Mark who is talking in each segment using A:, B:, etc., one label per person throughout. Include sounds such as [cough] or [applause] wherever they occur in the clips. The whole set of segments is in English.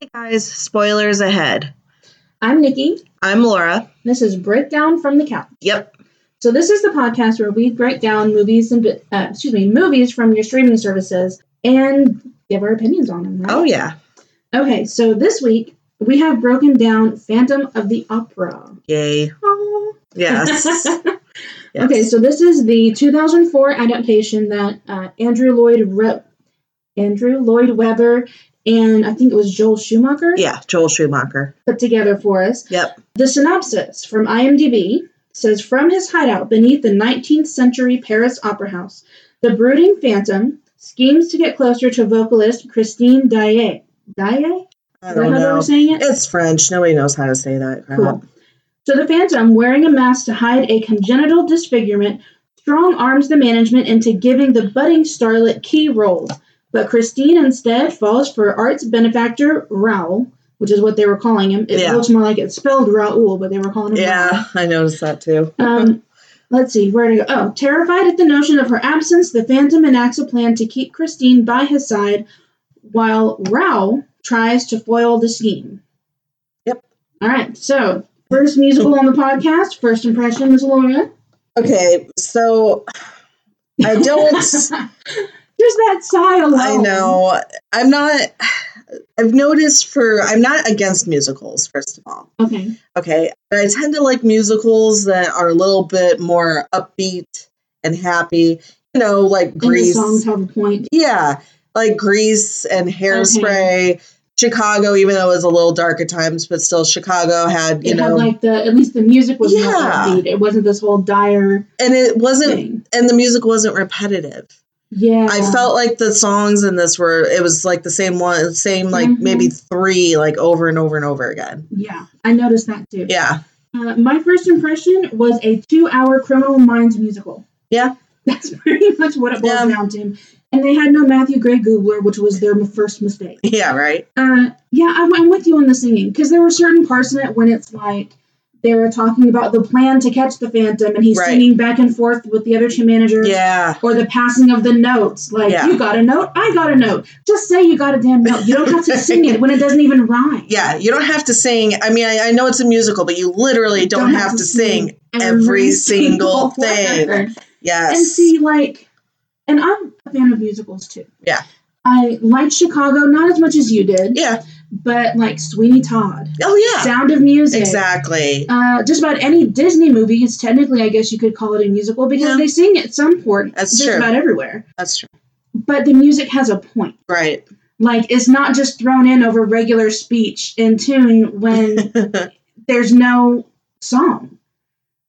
A: Hey guys, spoilers ahead.
B: I'm Nikki.
A: I'm Laura.
B: This is Breakdown from the Couch.
A: Yep.
B: So this is the podcast where we break down movies and bi- uh, excuse me movies from your streaming services and give our opinions on them. Right?
A: Oh yeah.
B: Okay, so this week we have broken down Phantom of the Opera.
A: Yay.
B: [laughs]
A: Yes. Yes.
B: Okay, so this is the 2004 adaptation that uh, Andrew Lloyd Re- Andrew Lloyd Webber and I think it was Joel Schumacher
A: yeah, Joel Schumacher.
B: put together for us.
A: Yep.
B: The synopsis from IMDb says From his hideout beneath the 19th century Paris Opera House, the brooding phantom schemes to get closer to vocalist Christine Daae. Daae?
A: I
B: Is that
A: don't
B: how they
A: know.
B: were saying it?
A: It's French. Nobody knows how to say that. crap.
B: Cool. So the phantom, wearing a mask to hide a congenital disfigurement, strong arms the management into giving the budding starlet key roles. But Christine instead falls for arts benefactor Raoul, which is what they were calling him. It
A: Yeah.
B: looks more like it's spelled Raoul, but they were calling him Raoul.
A: Yeah, I noticed that too.
B: Um, let's see, where to go? Oh, terrified at the notion of her absence, the Phantom enacts a plan to keep Christine by his side while Rao tries to foil the scheme.
A: Yep.
B: All right, so first musical on the podcast, first impression, Miss Laura.
A: Okay, so I
B: [laughs]
A: don't.
B: Just that sigh alone.
A: I know. I'm not. I've noticed for. I'm not against musicals, first of all.
B: Okay.
A: Okay. But I tend to like musicals that are a little bit more upbeat and happy. You know, like Grease.
B: And the songs have a point.
A: Yeah, like Grease and Hairspray. Chicago, even though it was a little dark at times, but still Chicago had, you
B: It had
A: know,
B: like the at least the music was more
A: Yeah.
B: upbeat. It wasn't this whole dire
A: and it wasn't,
B: thing.
A: and the music wasn't repetitive.
B: Yeah.
A: I felt like the songs in this were, it was like the same one, same like
B: Mhm.
A: maybe three, like over and over and over again.
B: yeah. I noticed that too.
A: Yeah. [laughs]
B: Uh, my first impression was a two-hour Criminal Minds musical.
A: Yeah.
B: [laughs] that's pretty much what it boils
A: Yeah.
B: down to. And they had no Matthew Gray Goobler, which was their m- first mistake.
A: Yeah, right.
B: Uh, yeah, I'm, I'm with you on the singing because there were certain parts in it when it's like they were talking about the plan to catch the Phantom, and he's
A: Right.
B: singing back and forth with the other two managers.
A: Yeah.
B: Or the passing of the notes, like
A: Yeah.
B: you got a note, I got a note. Just say you got a damn note. You don't have to sing it when it doesn't even rhyme.
A: [laughs] Yeah. You don't have to sing. I mean, I, I know it's a musical, but you literally don't, have, to sing.
B: [laughs]
A: every single thing.
B: word.
A: Yes.
B: and see like and i'm a fan of musicals too
A: Yeah.
B: i liked chicago not as much as you did
A: yeah.
B: but like sweeney todd
A: Oh, yeah.
B: sound of music
A: Exactly.
B: uh, just about any disney movie is technically i guess you could call it a musical because
A: Yeah.
B: they sing at some point
A: That's
B: just
A: true.
B: about everywhere
A: That's true.
B: but the music has a point
A: [laughs] Right.
B: like it's not just thrown in over regular speech in
A: [laughs]
B: tune when there's no song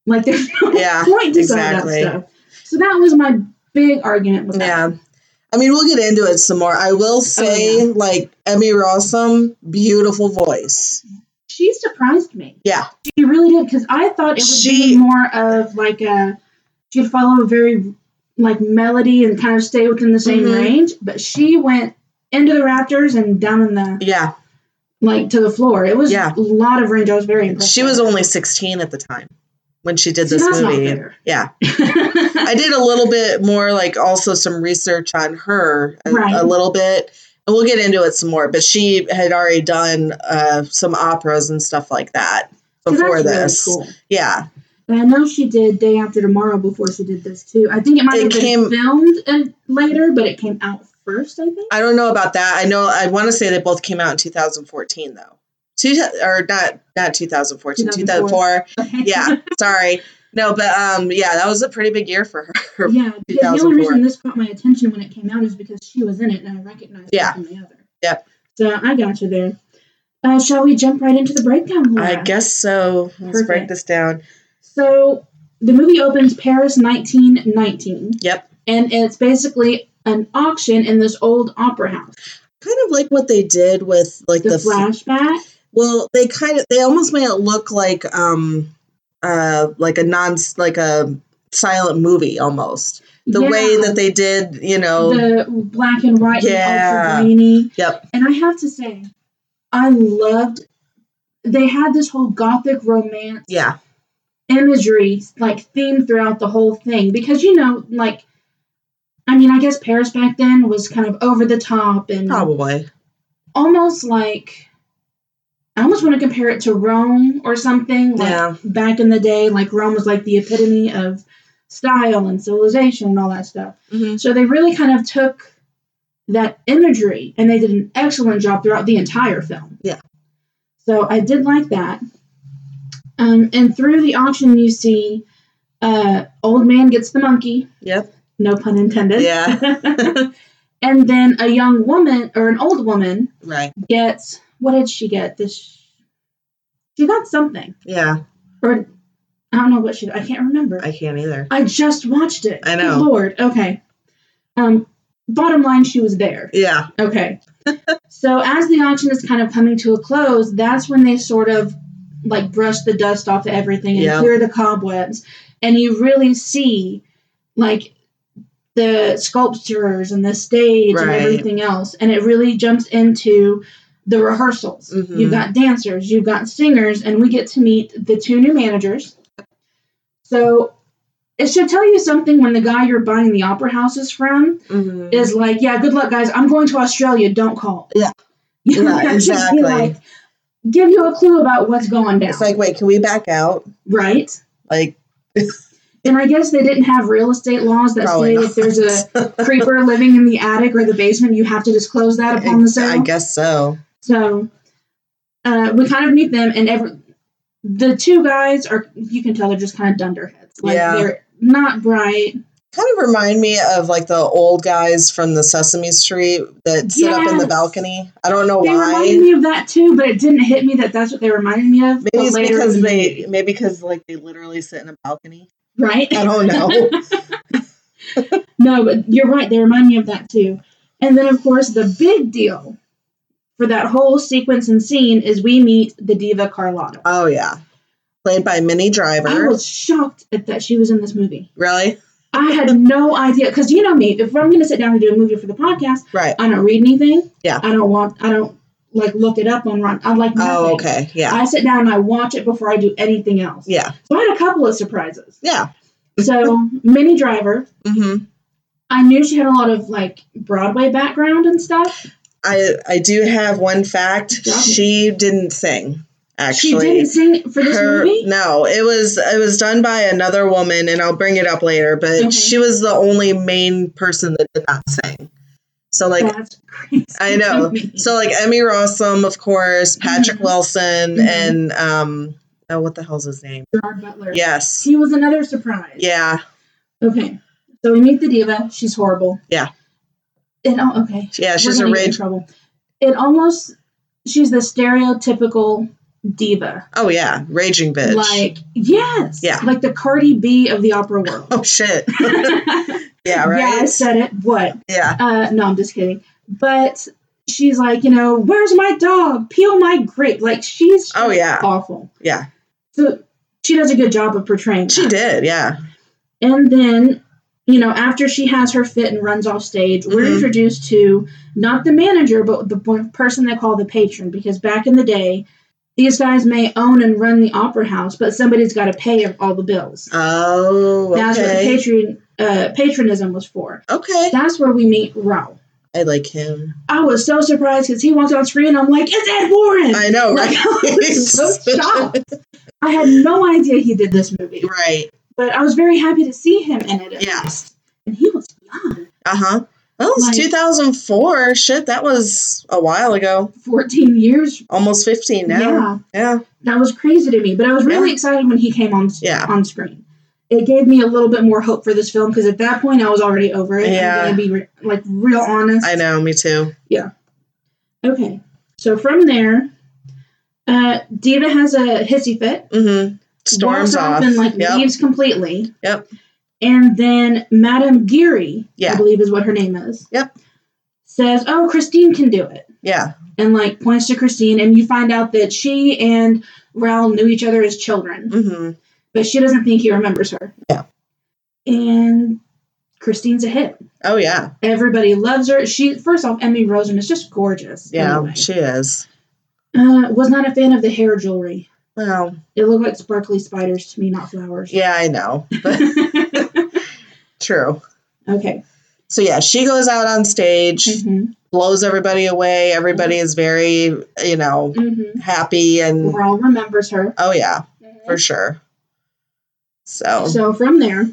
B: like there's no
A: Yeah,
B: [laughs] point to some of that
A: exactly.
B: stuff so that was my big argument with that
A: Yeah. I mean, we'll get into it some more. I will say, like, Emmy Rossum, beautiful voice.
B: she surprised me.
A: Yeah.
B: She really did because I thought it would
A: She-
B: be more of like a she'd follow a very like melody and kind of stay within the same
A: Mhm.
B: range, but she went into the Raptors and down in the
A: Yeah.
B: like to the floor. It was
A: Yeah.
B: a lot of range. I was very impressed.
A: She
B: by
A: was
B: it.
A: only 16 at the time when she did
B: See,
A: this
B: that's
A: movie.
B: Not fair. [laughs]
A: Yeah. I did a little bit more, like, also some research on her, a,
B: Right.
A: a little bit. And we'll get into it some more. But she had already done uh, some operas and stuff like that
B: 'Cause that's
A: before
B: really
A: this.
B: cool.
A: Yeah.
B: And I know she did Day After Tomorrow before she did this too. I think it might
A: It
B: have been
A: came-
B: filmed uh, later, but it came out first. I think.
A: I don't know about that. I know I want to say they both came out in 2014 though. Two, or not not 2014,
B: 2004.
A: 2004.
B: [laughs]
A: Yeah, sorry. No, but um yeah, that was a pretty big year for her.
B: Yeah, because the
A: 2004.
B: only reason this caught my attention when it came out is because she was in it and I recognized
A: Yeah.
B: her from the other.
A: Yep.
B: So I got you there. Uh, shall we jump right into the breakdown? Laura?
A: I guess so. Let's break
B: Perfect.
A: this down.
B: So the movie opens Paris 1919,
A: Yep.
B: and it's basically an auction in this old opera house.
A: Kind of like what they did with like
B: The,
A: the, f-
B: flashback.
A: well, they kind of they almost made it look like um uh like a non like a silent movie almost. The
B: Yeah,
A: way that they did, you know.
B: the black and white and
A: Yeah.
B: ultra grainy.
A: Yep.
B: And I have to say, I loved. They had this whole gothic romance
A: yeah.
B: imagery like theme throughout the whole thing because you know like i mean i guess paris back then was kind of over the top and
A: Probably.
B: almost like I almost want to compare it to Rome or something. Like
A: Yeah.
B: back in the day, like Rome was like the epitome of style and civilization and all that stuff.
A: Mhm.
B: So they really kind of took that imagery and they did an excellent job throughout the entire film.
A: Yeah.
B: So I did like that. Um, and through the auction, you see uh, Old Man gets the monkey.
A: Yep.
B: No pun intended.
A: Yeah.
B: [laughs]
A: [laughs]
B: and then a young woman or an old woman
A: Right.
B: gets what did she get? This she got something
A: Yeah.
B: or I don't know what she I can't remember.
A: I can't either.
B: I just watched it.
A: I
B: Good
A: know.
B: Lord. Okay. Um bottom line she was there.
A: Yeah.
B: Okay. so as the auction is kind of coming to a close, that's when they sort of like brush the dust off of everything and
A: Yeah.
B: clear the cobwebs. And you really see like the sculptures and the stage and
A: Right.
B: everything else. And it really jumps into the rehearsals.
A: Mhm.
B: You've got dancers, you've got singers, and we get to meet the two new managers. So it should tell you something when the guy you're buying the opera houses from
A: Mhm.
B: [laughs] is like, yeah, good luck, guys. I'm going to Australia. Don't call.
A: Yeah.
B: [laughs] You know,
A: Yeah,
B: that should be
A: exactly.
B: like, give you a clue about what's going down.
A: It's like, wait, can we back out?
B: right?
A: Like,
B: And I guess they didn't have real estate laws that
A: probably
B: say
A: not. [laughs]
B: if there's a creeper living in the attic or the basement, you have to disclose that upon the
A: I
B: sale.
A: guess so.
B: So uh, we kind of meet them, and every the two guys are. You can tell they're just kind of dunderheads. Like
A: Yeah.
B: they're not bright.
A: Kind of remind me of like the old guys from the Sesame Street that sit up in the
B: Yes.
A: balcony. I don't know
B: They reminded
A: why.
B: me of that too, but it didn't hit me that that's what they reminded me of. but
A: Maybe it's
B: later
A: because
B: in the
A: they
B: movie.
A: maybe because like they literally sit in a balcony.
B: right.
A: I don't
B: [laughs]
A: know.
B: No, but you're right. They remind me of that too. And then, of course, the big deal for that whole sequence and scene is we meet the diva Carlotta.
A: oh yeah. Played by Minnie
B: I
A: Driver.
B: was shocked at that she was in this movie.
A: Really?
B: I had no idea because you know me. If I'm going to sit down and do a movie for the podcast,
A: Right.
B: I don't read anything.
A: Yeah.
B: I don't want. I don't like look it up on Rotten. I like nothing.
A: Oh, okay. Yeah.
B: I sit down and I watch it before I do anything else.
A: Yeah.
B: So I had a couple of surprises.
A: Yeah.
B: So Minnie Driver,
A: Mm-hmm.
B: I knew she had a lot of like Broadway background and stuff.
A: I I do have one fact.
B: Yeah.
A: She didn't sing. Actually,
B: she didn't sing for this
A: her
B: movie.
A: no it was it was done by another woman and i'll bring it up later but
B: Okay.
A: she was the only main person that did not sing so like
B: That's crazy.
A: i
B: to [laughs]
A: know
B: me.
A: so like emmy rossum of course patrick
B: Mhm.
A: wilson
B: Mhm.
A: and um oh what the hell's his name
B: Gerard Butler.
A: yes
B: He was another surprise.
A: yeah
B: Okay. So we meet the diva. She's horrible.
A: Yeah.
B: It all okay.
A: yeah she's a
B: We're gonna get in
A: rage
B: trouble. It almost she's the stereotypical diva.
A: oh yeah raging bitch
B: Like yes.
A: Yeah.
B: Like the Cardi B of the opera world.
A: [laughs] oh shit
B: [laughs] yeah,
A: [laughs] yeah right
B: I said it. What?
A: yeah
B: Uh, no, I'm just kidding. But she's like, you know, where's my dog? Peel my grape. Like she's
A: Oh, yeah.
B: awful.
A: Yeah.
B: So she does a good job of portraying.
A: she
B: that.
A: did yeah
B: And then, you know, after she has her fit and runs off stage, we're
A: Mhm.
B: introduced to not the manager, but the one person they call the patron. Because back in the day, these guys may own and run the opera house, but somebody's got to pay all the bills.
A: oh
B: That's what the
A: okay
B: patron uh, patronism was for.
A: okay
B: That's where we meet Rao.
A: i like him
B: I was so surprised because he walked on screen. I'm like, it's Ed Warren.
A: i know
B: like, [laughs]
A: right
B: I was
A: [laughs]
B: so shocked. I had no idea he did this movie,
A: right
B: but I was very happy to see him in it. at
A: Yeah.
B: least. and he was young,
A: Uh huh. Well, it's
B: Like-
A: 2004. Shit, that was a while ago.
B: 14 years.
A: Almost 15 now.
B: Yeah,
A: Yeah.
B: that was crazy to me. But I was really
A: Yeah.
B: excited when he came on
A: Yeah.
B: on screen. It gave me a little bit more hope for this film because at that point I was already over it.
A: Yeah.
B: I'm gonna be re- like real honest.
A: I know. Me too.
B: Okay, so from there, uh, Diva has a hissy fit.
A: Mm hmm. Storms
B: walks
A: off.
B: and like
A: Yep.
B: leaves completely.
A: Yep.
B: And then Madame Geary,
A: Yeah.
B: I believe is what her name is.
A: Yep.
B: Says, "Oh, Christine can do it,"
A: Yeah.
B: and like points to Christine, and you find out that she and Raoul knew each other as children,
A: Mm hmm.
B: but she doesn't think he remembers her.
A: Yeah.
B: And Christine's a hit.
A: Oh, yeah.
B: Everybody loves her. She first off, Emmy Rosen is just gorgeous.
A: Yeah.
B: Anyway.
A: She is.
B: uh, was not a fan of the hair jewelry.
A: Well,
B: It looked like sparkly spiders to me, not flowers.
A: yeah, [laughs] I know.
B: [laughs]
A: But true.
B: okay.
A: So, yeah, she goes out on stage.
B: Mhm.
A: blows everybody away. Everybody is very, you know,
B: Mm-hmm.
A: happy and
B: Laurel remembers her.
A: oh yeah, for sure. So,
B: So from there,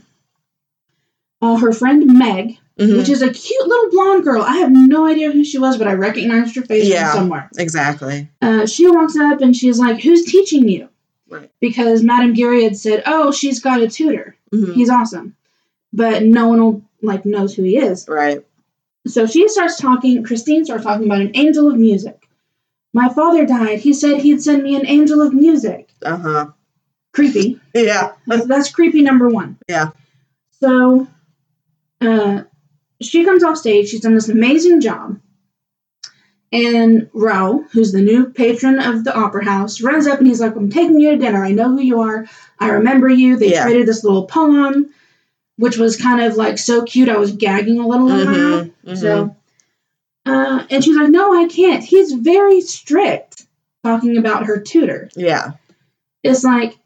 B: uh, her friend Meg,
A: mhm,
B: which is a cute little blonde girl. I have no idea who she was, but I recognized her face
A: Yeah.
B: from somewhere.
A: exactly.
B: Uh, she walks up and she's like, "Who's teaching you?"
A: Right.
B: Because Madame Geary had said, "Oh, she's got a tutor.
A: Mhm,
B: He's awesome," but no one will like knows who he is.
A: Right.
B: So she starts talking. Christine starts talking about an angel of music. My father died. He said he'd send me an angel of music.
A: Uh huh.
B: Creepy.
A: Yeah.
B: That's, that's creepy number one.
A: Yeah.
B: So, uh, she comes off stage. She's done this amazing job. And Rao, who's the new patron of the opera house, runs up and he's like, I'm taking you to dinner. I know who you are. I remember you. They
A: Yeah.
B: traded this little poem, which was kind of like so cute. I was gagging a little in my
A: Mhm,
B: mouth.
A: mhm.
B: Uh-huh. So, uh, and she's like, No, I can't. He's very strict, talking about her tutor.
A: Yeah.
B: It's like,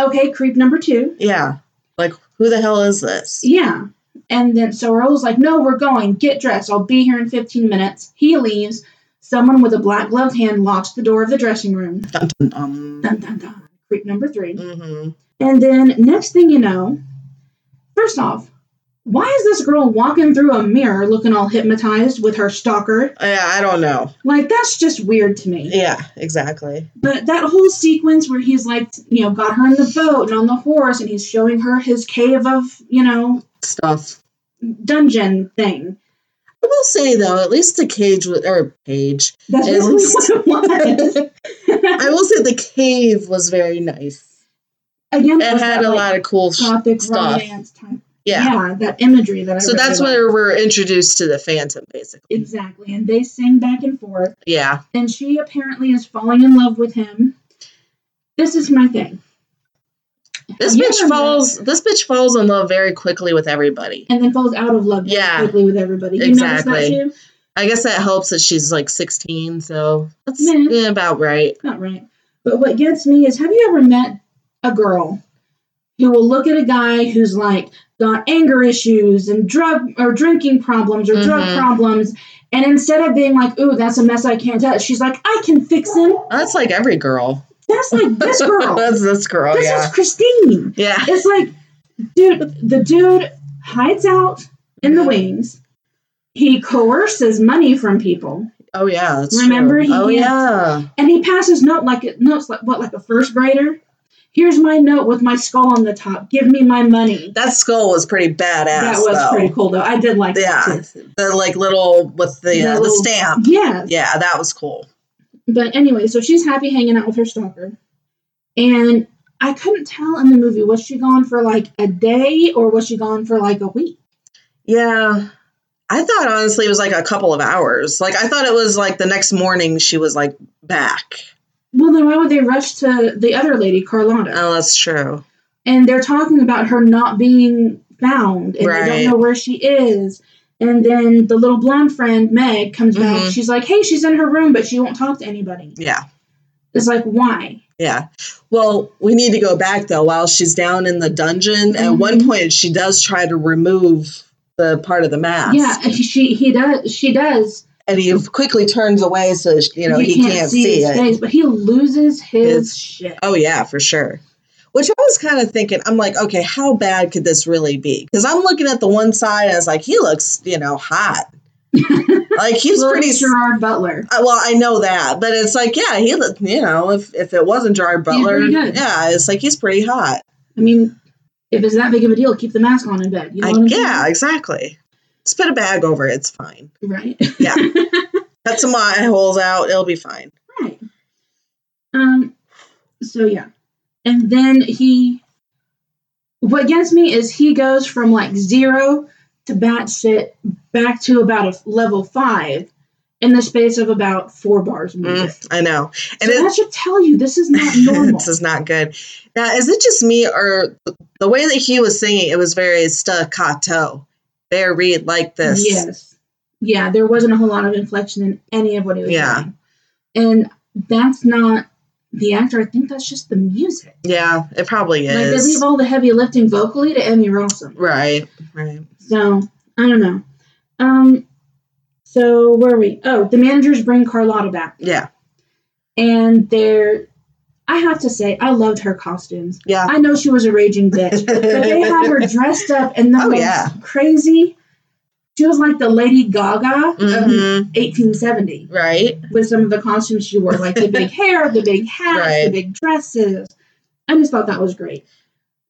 B: okay, creep number two.
A: Yeah. Like, who the hell is this?
B: Yeah. And then so Earl's like, no, we're going. Get dressed. I'll be here in 15 minutes. He leaves. Someone with a black gloved hand locks the door of the dressing room.
A: Dun, dun, dun.
B: Dun, dun, dun. Creep number three.
A: Mhm.
B: And then next thing you know, first off, why is this girl walking through a mirror looking all hypnotized with her stalker?
A: Yeah, I don't know.
B: Like, that's just weird to me.
A: Yeah, exactly.
B: But that whole sequence where he's like, you know, got her in the boat and on the horse and he's showing her his cave of, you know,
A: Stuff.
B: dungeon thing.
A: I will say though, at least the cage was or
B: [laughs]
A: cage.
B: That's
A: It
B: really [laughs]
A: was-
B: what it was.
A: I will say the cave was very nice.
B: Again,
A: It
B: was
A: had
B: that,
A: a
B: like,
A: lot of cool sh-
B: gothic
A: stuff.
B: romance type.
A: yeah.
B: that imagery that I
A: So
B: really
A: that's
B: like.
A: where we're introduced to the Phantom, basically.
B: exactly. And they sing back and forth,
A: Yeah.
B: and she apparently is falling in love with him. This is my thing.
A: This
B: You
A: bitch
B: remember-
A: falls. This bitch falls in love very quickly with everybody.
B: and then falls out of love really
A: Yeah.
B: quickly with everybody. You
A: Exactly.
B: notice that
A: I guess that helps that she's like 16, so that's
B: Meh.
A: yeah, about right.
B: too? Not right. But what gets me is, have you ever met a girl who will look at a guy who's like got anger issues and drug or drinking problems or drug
A: Mhm.
B: problems, and instead of being like, "Ooh, that's a mess I can't touch," she's like, "I can fix him."
A: That's like every girl.
B: That's like
A: [laughs]
B: this girl.
A: that's this girl.
B: this
A: Oh, yeah.
B: is Christine.
A: yeah.
B: It's like, dude, the dude hides out in the wings. He coerces money from people,
A: Oh yeah. That's True.
B: Remember he
A: oh
B: had-
A: yeah.
B: and he passes note like it notes like what like a first grader. Here's my note with my skull on the top. Give me my money.
A: That skull was pretty badass.
B: that was
A: though.
B: pretty cool though. I did like
A: Yeah.
B: that. too.
A: The like little with the
B: The
A: uh, the
B: little-
A: stamp.
B: Yeah.
A: Yeah, that was cool.
B: But anyway, so she's happy hanging out with her stalker. And I couldn't tell in the movie, was she gone for like a day or was she gone for like a week?
A: Yeah. I thought honestly it was like a couple of hours. Like I thought it was like the next morning she was like back.
B: Well, then why would they rush to the other lady, Carlotta?
A: Oh, that's true.
B: And they're talking about her not being found and they
A: Right.
B: don't know where she is. And then the little blonde friend, Meg, comes back.
A: Mhm.
B: She's like, hey, she's in her room, but she won't talk to anybody.
A: Yeah.
B: It's like, why?
A: Yeah. Well, we need to go back though. While she's down in the dungeon, at one
B: Mhm.
A: point she does try to remove the part of the mask.
B: Yeah, and she, she he does she does.
A: And he quickly turns away so sh- you know he can't, see,
B: his
A: it.
B: face, but he loses his
A: His-
B: shit.
A: Oh yeah, for sure. Which I was kind of thinking, I'm like, okay, how bad could this really be? Because I'm looking at the one side and I was like, he looks, you know,
B: [laughs]
A: hot. like he's
B: Little
A: pretty. s-
B: Gerard Butler.
A: uh, Well, I know that, but it's like, yeah, he looked, you know, if if it wasn't Gerard
B: He's
A: Butler,
B: pretty good.
A: yeah, it's like he's pretty hot.
B: I mean, if it's that big of a deal, keep the mask on in bed. You know
A: Like,
B: what I'm
A: yeah, exactly. Spit a bag over, it, it's fine.
B: saying? Right.
A: Yeah.
B: [laughs]
A: Cut some eye holes out, it'll be fine.
B: Right. Um. So yeah, and then he. What gets me is he goes from like zero to batshit back to about a f- level five in the space of about four bars. of music.
A: Mm, I know, and
B: so
A: it,
B: that should tell you this
A: [laughs]
B: is not normal.
A: this is not good. Now, is it just me or the way that he was singing? It was very staccato, very like this.
B: Yes. Yeah, there wasn't a whole lot of inflection in any of what he was
A: Yeah.
B: doing. And that's not the actor. I think that's just the music.
A: Yeah, it probably
B: Like they
A: is.
B: leave all the heavy lifting vocally to Emmy Rossum.
A: right, right.
B: So I don't know. Um, So where are we? Oh, the managers bring Carlotta back,
A: Yeah.
B: and they're. I have to say, I loved her costumes.
A: Yeah.
B: I know she was a raging bitch, [laughs] but they had
A: [laughs]
B: her um, dressed up in the
A: Oh,
B: most
A: yeah.
B: crazy. She was like the Lady Gaga of
A: Mhm.
B: 1870
A: Right.
B: with some of the costumes she wore, like
A: [laughs]
B: the big hair, the big hats, the
A: Right.
B: big dresses. I just thought that was great.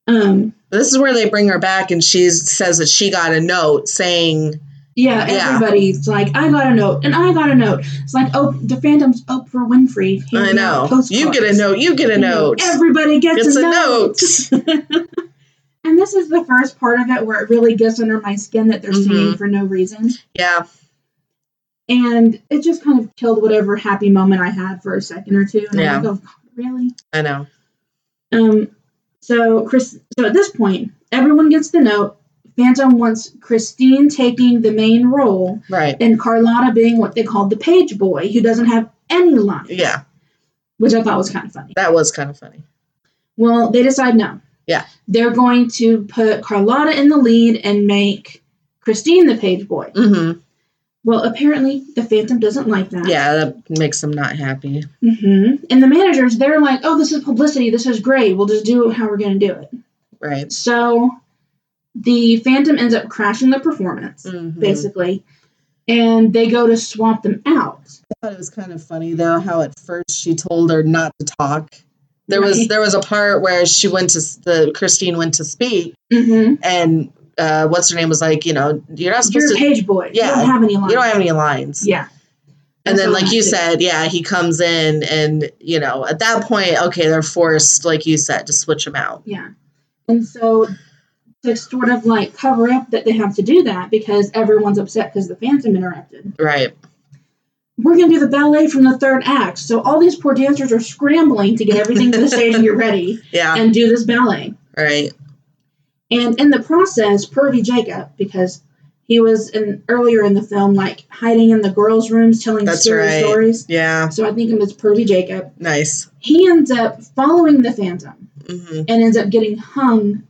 B: Um,
A: This is where they bring her back, and she says that she got a note saying,
B: yeah,
A: Yeah.
B: everybody's like, I got a note, and I got a note. It's like, oh, the fandom's Oprah Winfrey.
A: "I
B: handing out
A: know you get a
B: postcards.
A: note, you get a
B: You know,
A: note."
B: Everybody gets,
A: Gets
B: a,
A: a
B: note. [laughs] and this is the first part of it where it really gets under my skin that they're
A: Mm-hmm.
B: singing for no reason.
A: Yeah,
B: And it just kind of killed whatever happy moment I had for a second or two. And
A: Yeah.
B: I'm like, oh, God, really?
A: I know.
B: Um, so Chris, so at this point, everyone gets the note. Phantom wants Christine taking the main role
A: Right.
B: and Carlotta being what they called the page boy, who doesn't have any line,
A: Yeah,
B: which I thought was kind of funny.
A: that was kind of funny.
B: Well, they decide no.
A: Yeah.
B: They're going to put Carlotta in the lead and make Christine the page boy.
A: hmm
B: Well, apparently the Phantom doesn't like that.
A: Yeah, that makes them not happy.
B: hmm And the managers, they're like, oh, this is publicity. This is great. We'll just do it how we're going to do it.
A: Right.
B: So the Phantom ends up crashing the performance,
A: Mhm.
B: basically, and they go to swap them out.
A: I thought it was kind of funny though how at first she told her not to talk. There was
B: Right.
A: there was a part where she went to s- the Christine went to speak,
B: Mm-hmm.
A: and uh, what's her name was like, you know, you're not
B: You're
A: supposed
B: a page boy.
A: yeah,
B: You don't have any
A: to.
B: lines.
A: You don't have any lines.
B: Yeah.
A: and then,
B: That's
A: like
B: all
A: you
B: I have
A: said, yeah, he comes in, and you know, at that point, okay, they're forced, like you said, to switch him out.
B: to- Yeah. And so to sort of like cover up that they have to do that because everyone's upset because the Phantom interrupted.
A: Right.
B: We're going to do the ballet from the third act. So all these poor dancers are scrambling to get everything to the stage and get ready
A: Yeah.
B: and do this ballet.
A: Right.
B: And in the process, Pervy Jacob, because he was in earlier in the film, like hiding in the girls' rooms telling
A: That's
B: scary
A: right.
B: stories.
A: Yeah.
B: So I think him as Pervy Jacob.
A: Nice.
B: He ends up following the Phantom
A: hmm
B: and ends up getting hung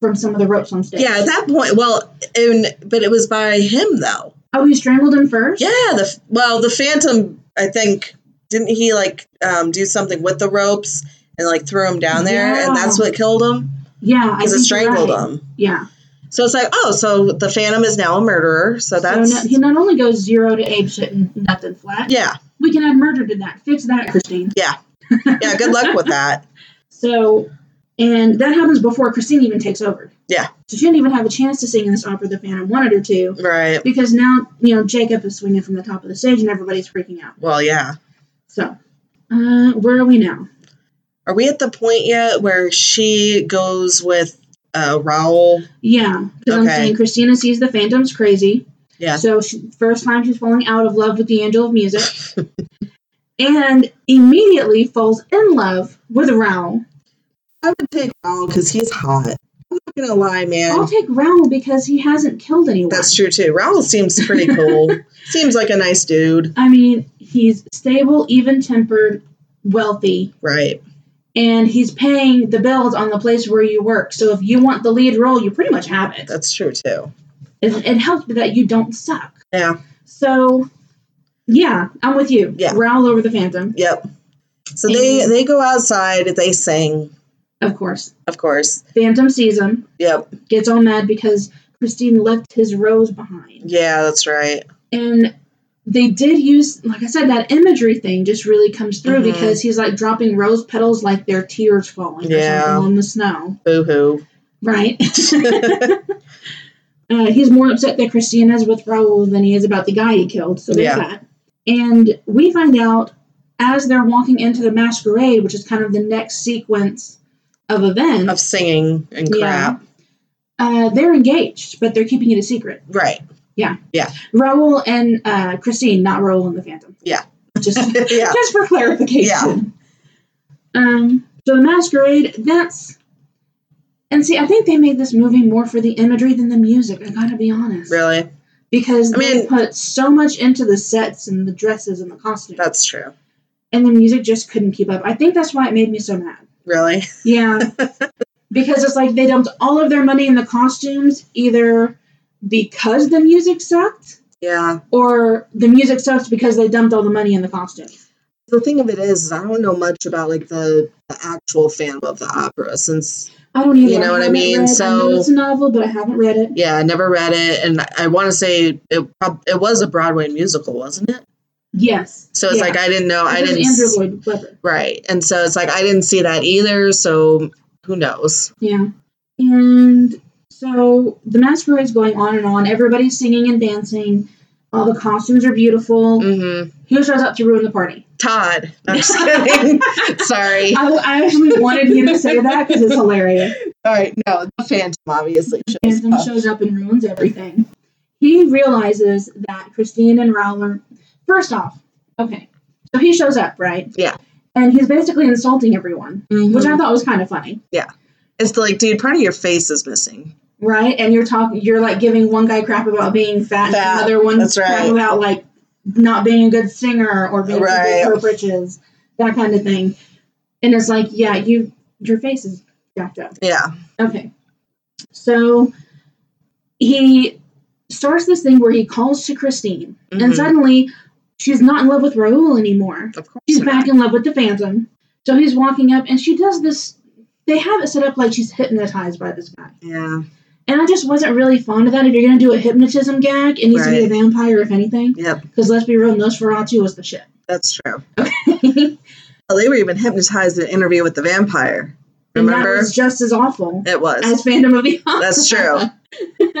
B: from some of the ropes on stage.
A: Yeah. At that point, well, and but it was by him though.
B: Oh, he strangled him first.
A: Yeah, the well, the Phantom. I think didn't he like um, do something with the ropes and like threw him down there, and
B: Yeah.
A: that's what killed him
B: Yeah, I
A: because it
B: think
A: strangled
B: you're right.
A: him.
B: Yeah.
A: So it's like, oh, so the Phantom is now a murderer. So that's
B: so no, he not only goes zero to ape shit and nothing flat.
A: yeah,
B: We can add murder to that. Fix that, Christine. [laughs]
A: yeah. Good luck with that. [laughs]
B: So, and that happens before Christine even takes over.
A: Yeah.
B: So she didn't even have a chance to sing in this opera the Phantom wanted her to.
A: Right.
B: because now you know Jacob is swinging from the top of the stage and everybody's freaking out.
A: Well, yeah.
B: So, uh, where are we now?
A: Are we at the point yet where she goes with uh, Raoul?
B: Yeah, because I'm
A: Okay.
B: saying Christina sees the Phantom's crazy.
A: Yeah.
B: So she, first time she's falling out of love with the Angel
A: [laughs]
B: of Music, and immediately falls in love with Raoul.
A: I would take Raoul because he's hot. I'm not gonna lie, man.
B: I'll take Raoul because he hasn't killed anyone.
A: That's true too. Raoul seems pretty cool.
B: [laughs]
A: seems like a nice dude.
B: I mean, he's stable, even-tempered, wealthy.
A: Right.
B: And he's paying the bills on the place where you work. So if you want the lead role, you pretty much have it.
A: That's true too.
B: it, it helps that you don't suck.
A: Yeah.
B: So, yeah, I'm with you.
A: Yeah.
B: Growl over the phantom,
A: Yep. So they
B: And-
A: they go outside. They sing,
B: of course.
A: of course.
B: Phantom sees him,
A: Yep.
B: gets all mad because Christine left his rose behind.
A: Yeah, that's right.
B: And they did use, like I said, that imagery thing just really comes through
A: Mhm.
B: because he's like dropping rose petals like they're tears falling or
A: Yeah.
B: something on the snow.
A: Boo
B: [laughs]
A: hoo.
B: Right. Uh, he's more upset that Christina is with Raul than he is about the guy he killed, so there's
A: Yeah.
B: that. And we find out as they're walking into the masquerade, which is kind of the next sequence of
A: of
B: events,
A: singing and
B: Yeah.
A: crap.
B: uh, they're engaged, but they're keeping it a secret.
A: Right. [laughs]
B: Raul and uh, Christine, not Raul and the Phantom.
A: Yeah.
B: Just,
A: [laughs] yeah.
B: just for clarification. Um, so the masquerade, that's. And see, I think they made this movie more for the imagery than the music, I gotta be honest.
A: Really.
B: because
A: I
B: they
A: mean-
B: put so much into the sets and the dresses and the costumes,
A: That's true.
B: and the music just couldn't keep up. I think that's why it made me so mad.
A: Really. [laughs]
B: Yeah, because it's like they dumped all of their money in the costumes, either because the music sucked
A: Yeah.
B: or the music sucks because they dumped all the money in the costume.
A: The thing of it is, is I don't know much about like the, the actual Phantom of the Opera since
B: I don't either.
A: You know what I
B: haven't
A: mean?
B: read- I know
A: So-
B: it's a novel, but I haven't read it.
A: yeah, I never read it, and I want to say it prob- it was a Broadway musical, wasn't it?
B: Yes.
A: So it's
B: Yeah.
A: like I didn't know, I
B: It was
A: didn't
B: Andrew
A: s-
B: Lloyd Webber.
A: right, and so it's like I didn't see that either. So who knows?
B: Yeah. And so the masquerade's going on and on. Everybody's singing and dancing. All the costumes are beautiful.
A: Mm-hmm.
B: Who shows up to ruin the party?
A: Todd, No, I'm just [laughs] kidding. Sorry.
B: I, I actually wanted you to say that because it's hilarious.
A: All right, no, the Phantom obviously shows
B: Phantom
A: up.
B: shows up and ruins everything. He realizes that Christine and Rowler. First off, okay, so he shows up, right?
A: Yeah. Mm-hmm.
B: And he's basically insulting everyone, which I thought was kind of funny,
A: It's like, dude, part of your face is missing.
B: right? And you're talking, you're like giving one guy crap about being fat,
A: Fat,
B: and another one
A: that's
B: crap
A: right.
B: about like not being a good singer or being
A: Right.
B: a good riches, that kind of thing. And it's like, yeah, you your face is jacked up.
A: Yeah.
B: Okay. So he starts this thing where he calls to Christine, and
A: Mhm.
B: suddenly she's not in love with Raul anymore.
A: Of course.
B: She's
A: not.
B: back in love with the Phantom. So he's walking up, and she does this. They have it set up like she's hypnotized by this guy.
A: Yeah.
B: And I just wasn't really fond of that. If you're going to do a hypnotism gag, it needs to be a
A: Right.
B: vampire, if anything.
A: Yep.
B: Because let's be real, Nosferatu was the shit. [laughs]
A: That's true. Well, they were even hypnotized in Interview with the Vampire.
B: and that
A: Remember?
B: was just as awful
A: it was.
B: as Phantom of the Opera.
A: That's true.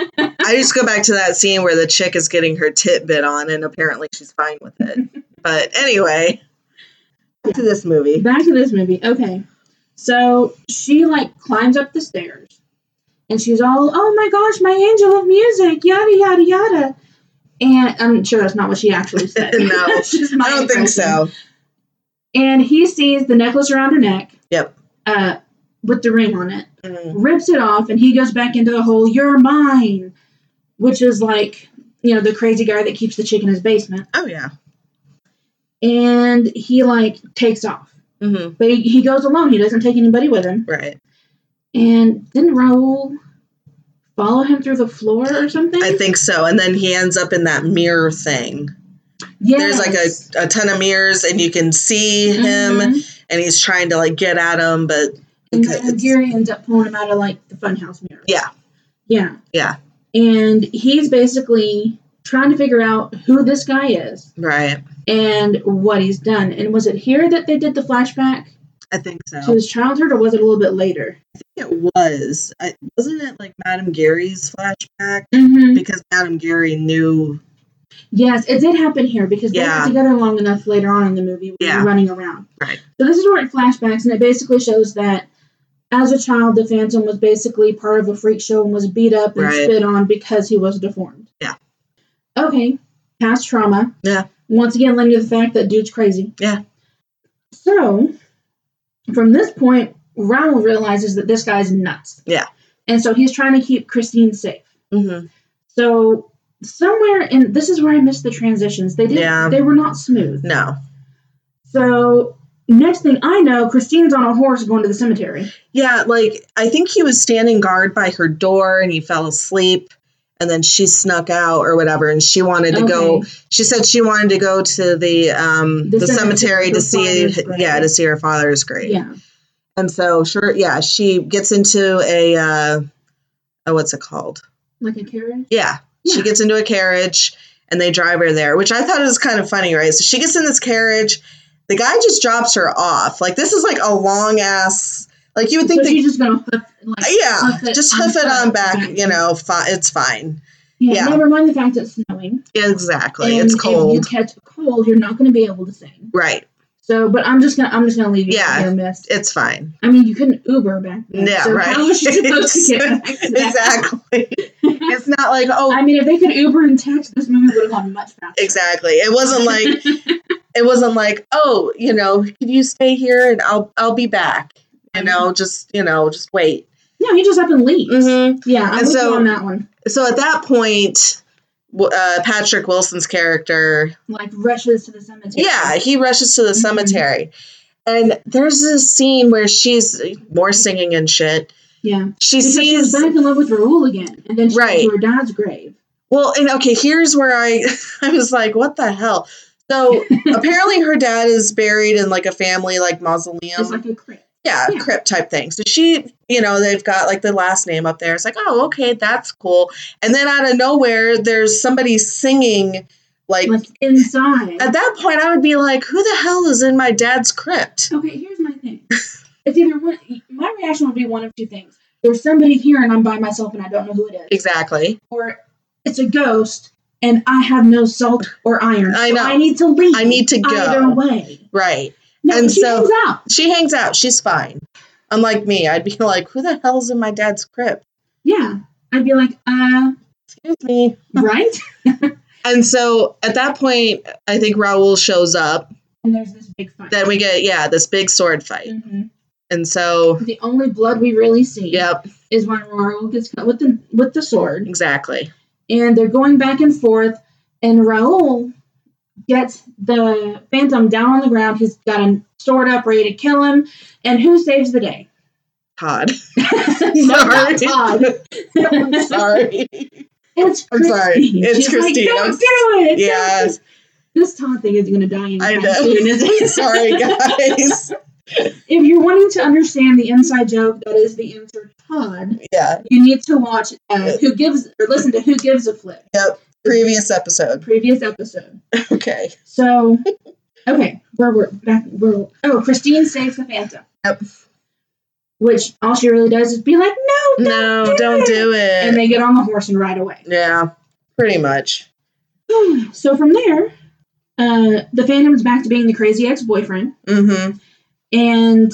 B: [laughs]
A: I just go back to that scene where the chick is getting her tit bit on, and apparently she's fine with it. But anyway, back to this movie.
B: Back to this movie. Okay. So she like climbs up the stairs and she's all, oh my gosh, my angel of music, yada, yada, yada. And I'm sure that's not what she actually said.
A: [laughs] No,
B: [laughs] That's just my
A: I don't think
B: impression.
A: so.
B: And he sees the necklace around her neck.
A: Yep.
B: Uh, with the ring on it,
A: Mm.
B: rips it off, and he goes back into the whole, you're mine, which is like, you know, the crazy guy that keeps the chick in his basement.
A: Oh yeah.
B: And he like takes off.
A: hmm
B: But he, he goes alone, he doesn't take anybody with him.
A: Right.
B: And didn't Raul follow him through the floor or something?
A: I think so. And then he ends up in that mirror thing.
B: yes.
A: There's like a, a ton of mirrors, and you can see him,
B: Mhm.
A: and he's trying to like get at him, but
B: And
A: because
B: then
A: it's-
B: Gary ends up pulling him out of like the funhouse mirror.
A: Yeah.
B: Yeah.
A: Yeah.
B: And he's basically trying to figure out who this guy is
A: right.
B: and what he's done. And was it here that they did the flashback
A: I think so.
B: to his childhood, or was it a little bit later?
A: it was. I, wasn't it like Madame Gary's flashback?
B: Mm-hmm.
A: Because Madame Gary knew.
B: Yes, it did happen here because they
A: Yeah.
B: were together long enough later on in the movie when
A: Yeah.
B: they're running around.
A: Right.
B: So this is where it flashbacks, and it basically shows that as a child, the Phantom was basically part of a freak show and was beat up and
A: Right.
B: spit on because he was deformed.
A: Yeah.
B: Okay, past trauma.
A: Yeah.
B: Once again, lending to the fact that dude's crazy.
A: Yeah.
B: So, from this point, Ronald realizes that this guy's nuts.
A: Yeah.
B: And so he's trying to keep Christine safe.
A: Mm-hmm.
B: So somewhere in this is where I missed the transitions. They did
A: Yeah.
B: not they were not smooth.
A: No.
B: So next thing I know, Christine's on a horse going to the cemetery.
A: Yeah, like I think he was standing guard by her door and he fell asleep and then she snuck out or whatever and she wanted to go
B: Okay.
A: she said she wanted to go to the um
B: The
A: the, cemetery,
B: cemetery, her
A: to see
B: father's grave.
A: yeah, to see her father's grave.
B: Yeah.
A: And so sure yeah, she gets into a uh oh what's it called?
B: Like a carriage?
A: Yeah.
B: Yeah.
A: She gets into a carriage and they drive her there, which I thought was kind of funny, right? So she gets in this carriage, the guy just drops her off. Like this is like a long ass like you would think
B: so
A: the
B: she's just gonna hoof, like
A: yeah,
B: hoof it
A: just
B: on
A: hoof it
B: back.
A: on back. You know, fi- it's fine.
B: Yeah,
A: yeah.
B: Never mind the fact that it's snowing.
A: Exactly,
B: and
A: it's
B: If
A: cold.
B: you catch a cold, you're not gonna be able to sing.
A: Right,
B: So, but I'm just gonna I'm just gonna leave you
A: Yeah.
B: here, Miss.
A: it's fine.
B: [laughs] I mean, you couldn't Uber back then.
A: Yeah,
B: so
A: right.
B: How
A: [laughs]
B: was she supposed to get back to that?
A: exactly. it's
B: [laughs]
A: not like
B: I
A: oh,
B: mean, if they could Uber and text, this movie would have gone much faster.
A: exactly. It wasn't
B: [laughs]
A: like it wasn't like oh, you know, can you stay here and I'll I'll be back.
B: Mm-hmm.
A: You know, just you know, just wait.
B: No, he just up and leaves.
A: Mm-hmm.
B: Yeah, I'm
A: And
B: with
A: so-
B: you on that one.
A: So at that point, w- uh, Patrick Wilson's character
B: Like rushes to the cemetery.
A: Yeah, he rushes to the
B: Mhm.
A: cemetery. And there's this scene where she's more singing and shit.
B: yeah.
A: She
B: Because she was
A: sees
B: back in love with Raoul again, and then she
A: Right.
B: went to her dad's grave.
A: Well, and okay, here's where I [laughs] I was like, what the hell? So apparently her dad is buried in like a family like mausoleum.
B: It's like a crit.
A: yeah,
B: yeah.
A: crypt type thing. So she, you know, they've got like the last name up there. It's like, oh, okay, that's cool. And then out of nowhere, there's somebody singing like
B: Like inside.
A: at that point I would be like, who the hell is in my dad's crypt?
B: Okay, here's my thing. It's either one. My reaction would be one of two things. There's somebody here, and I'm by myself, and I don't know who it is.
A: Exactly.
B: Or it's a ghost, and I have no salt or iron.
A: I
B: so
A: know.
B: I need to leave.
A: I need to go.
B: Either way.
A: Right.
B: No,
A: And
B: she
A: so-
B: hangs out.
A: She hangs out. She's fine. Unlike me, I'd be [laughs] like, who the hell's in my dad's crypt?
B: Yeah, I'd be like, uh,
A: Excuse me.
B: right. [laughs]
A: And so at that point, I think Raoul shows up.
B: And there's this big fight.
A: Then we get, yeah, this big sword fight.
B: Mhm.
A: And so,
B: The only blood we really see
A: yep,
B: is when Raul gets cut with the with the sword,
A: exactly.
B: and they're going back and forth, and Raul gets the phantom down on the ground. He's got a sword up, ready to kill him, and who saves
A: [laughs]
B: the day? [laughs]
A: Todd. [laughs]
B: Sorry, Todd.
A: I'm sorry.
B: It's
A: I'm
B: Christine.
A: sorry. It's
B: She's like,
A: Christine.
B: Don't
A: I'm-
B: do it.
A: Yeah.
B: Don't do it." This Todd thing is going to die
A: I
B: anytime
A: know. [laughs]
B: soon, isn't it?
A: sorry, guys.
B: [laughs] If you're wanting to understand the inside joke that is the answer Todd,
A: Yeah,
B: you need to watch uh, who gives or listen to who gives a flip
A: previous episode.
B: previous episode
A: Okay.
B: so okay where we're back where oh christine saves the phantom
A: Yep.
B: which all she really does is be like no no
A: No, don't do
B: and
A: it.
B: they get on the horse and ride away
A: Yeah, pretty much.
B: so from there uh, the phantom's back to being the crazy ex-boyfriend
A: Mm hmm.
B: and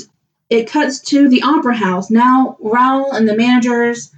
B: it cuts to the opera house now raoul and the managers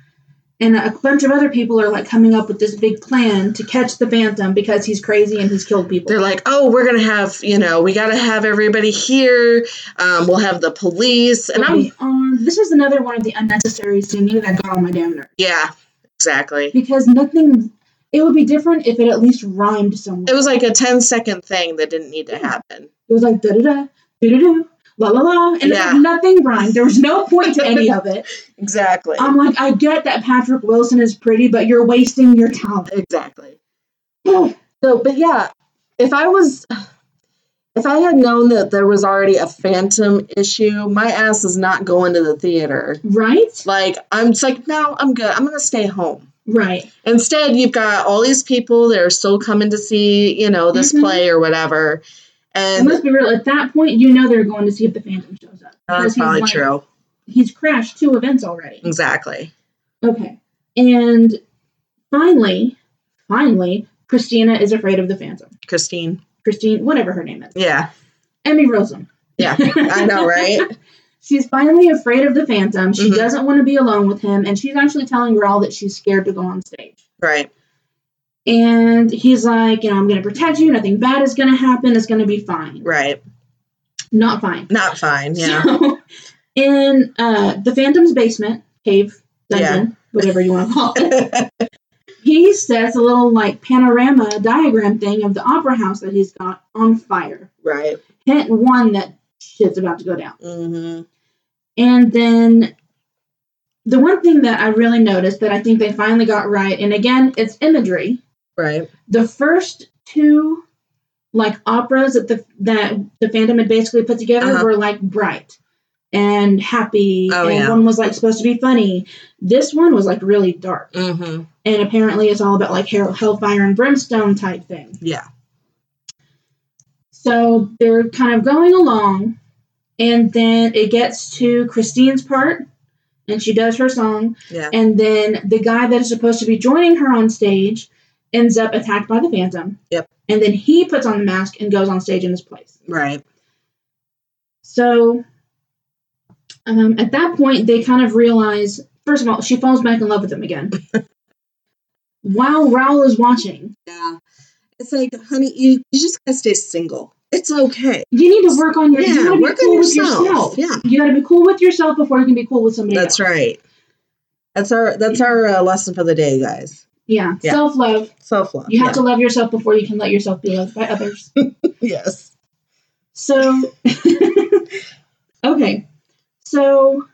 B: and a bunch of other people are like coming up with this big plan to catch the phantom because he's crazy and he's killed people
A: They're like, oh, we're going to have, you know, we got to have everybody here. Um, we'll have the police. And I'm,
B: Would be armed. um, This was another one of the unnecessary singing that got on my damn nerves
A: yeah, exactly.
B: because nothing. It would be different if it at least rhymed somewhere.
A: It was like a 10 second thing that didn't need to happen.
B: it was like da da da da da da la la la, and
A: Yeah.
B: it was nothing rhymed. There was no point to any
A: [laughs]
B: of it.
A: Exactly.
B: I'm like, I get that Patrick Wilson is pretty, but you're wasting your talent. Oh,
A: exactly. So, but yeah, if I was, if I had known that there was already a phantom issue, my ass is not going to the theater.
B: Right?
A: Like, I'm just like, no, I'm good. I'm going to stay home.
B: Right.
A: Instead, you've got all these people that are still coming to see, you know, this
B: Mhm.
A: play or whatever.
B: And
A: And
B: let's be real. At that point, you know they're going to see if the Phantom shows up. Because
A: that's
B: he's
A: probably
B: like-
A: true.
B: He's crashed two events already.
A: Exactly.
B: Okay. And finally, finally, Christina is afraid of the Phantom.
A: Christine.
B: Christine, whatever her name is.
A: Yeah.
B: Emmy Rossum. [laughs]
A: Yeah. I know, right?
B: She's finally afraid of the Phantom. She
A: Mhm.
B: doesn't want to be alone with him, and she's actually telling Raul that she's scared to go on stage.
A: Right.
B: And he's like, you know, I'm going to protect you. Nothing bad is going to happen. It's going to be fine.
A: Right.
B: Not fine.
A: Not fine. Yeah.
B: So, in uh, the Phantom's basement, cave, dungeon, whatever you want to call
A: [laughs]
B: it, he sets a little like panorama diagram thing of the opera house that he's got on fire.
A: [laughs] right.
B: Hint one that shit's about to go down.
A: Mm-hmm.
B: And then the one thing that I really noticed that I think they finally got right, and again, it's imagery.
A: Right.
B: The first two like operas that the that the fandom had basically put together
A: Uh-huh.
B: were like bright and happy.
A: Oh,
B: and
A: yeah.
B: one was like supposed to be funny. This one was like really dark.
A: Mm-hmm.
B: And apparently it's all about like hell, hellfire and brimstone type thing.
A: Yeah.
B: So they're kind of going along, and then it gets to Christine's part, and she does her song,
A: Yeah.
B: and then the guy that is supposed to be joining her on stage ends up attacked by the Phantom.
A: Yep.
B: And then he puts on the mask and goes on stage in his place.
A: Right.
B: So um, at that point, they kind of realize first of all, she falls back in love with
A: [laughs]
B: him again. While Raoul is watching,
A: Yeah. It's like, honey, you, you just gotta stay single. It's okay.
B: you need to work on your. you
A: Yeah,
B: gotta be
A: work
B: cool
A: on
B: with
A: yourself. Yeah.
B: You got to be cool with yourself before you can be cool with somebody else.
A: That's right. That's our that's our uh, lesson for the day, guys.
B: Yeah.
A: Yeah.
B: Self love.
A: Self love.
B: You have to love yourself before you can let yourself be loved by others.
A: Yes.
B: [laughs] So, okay. So,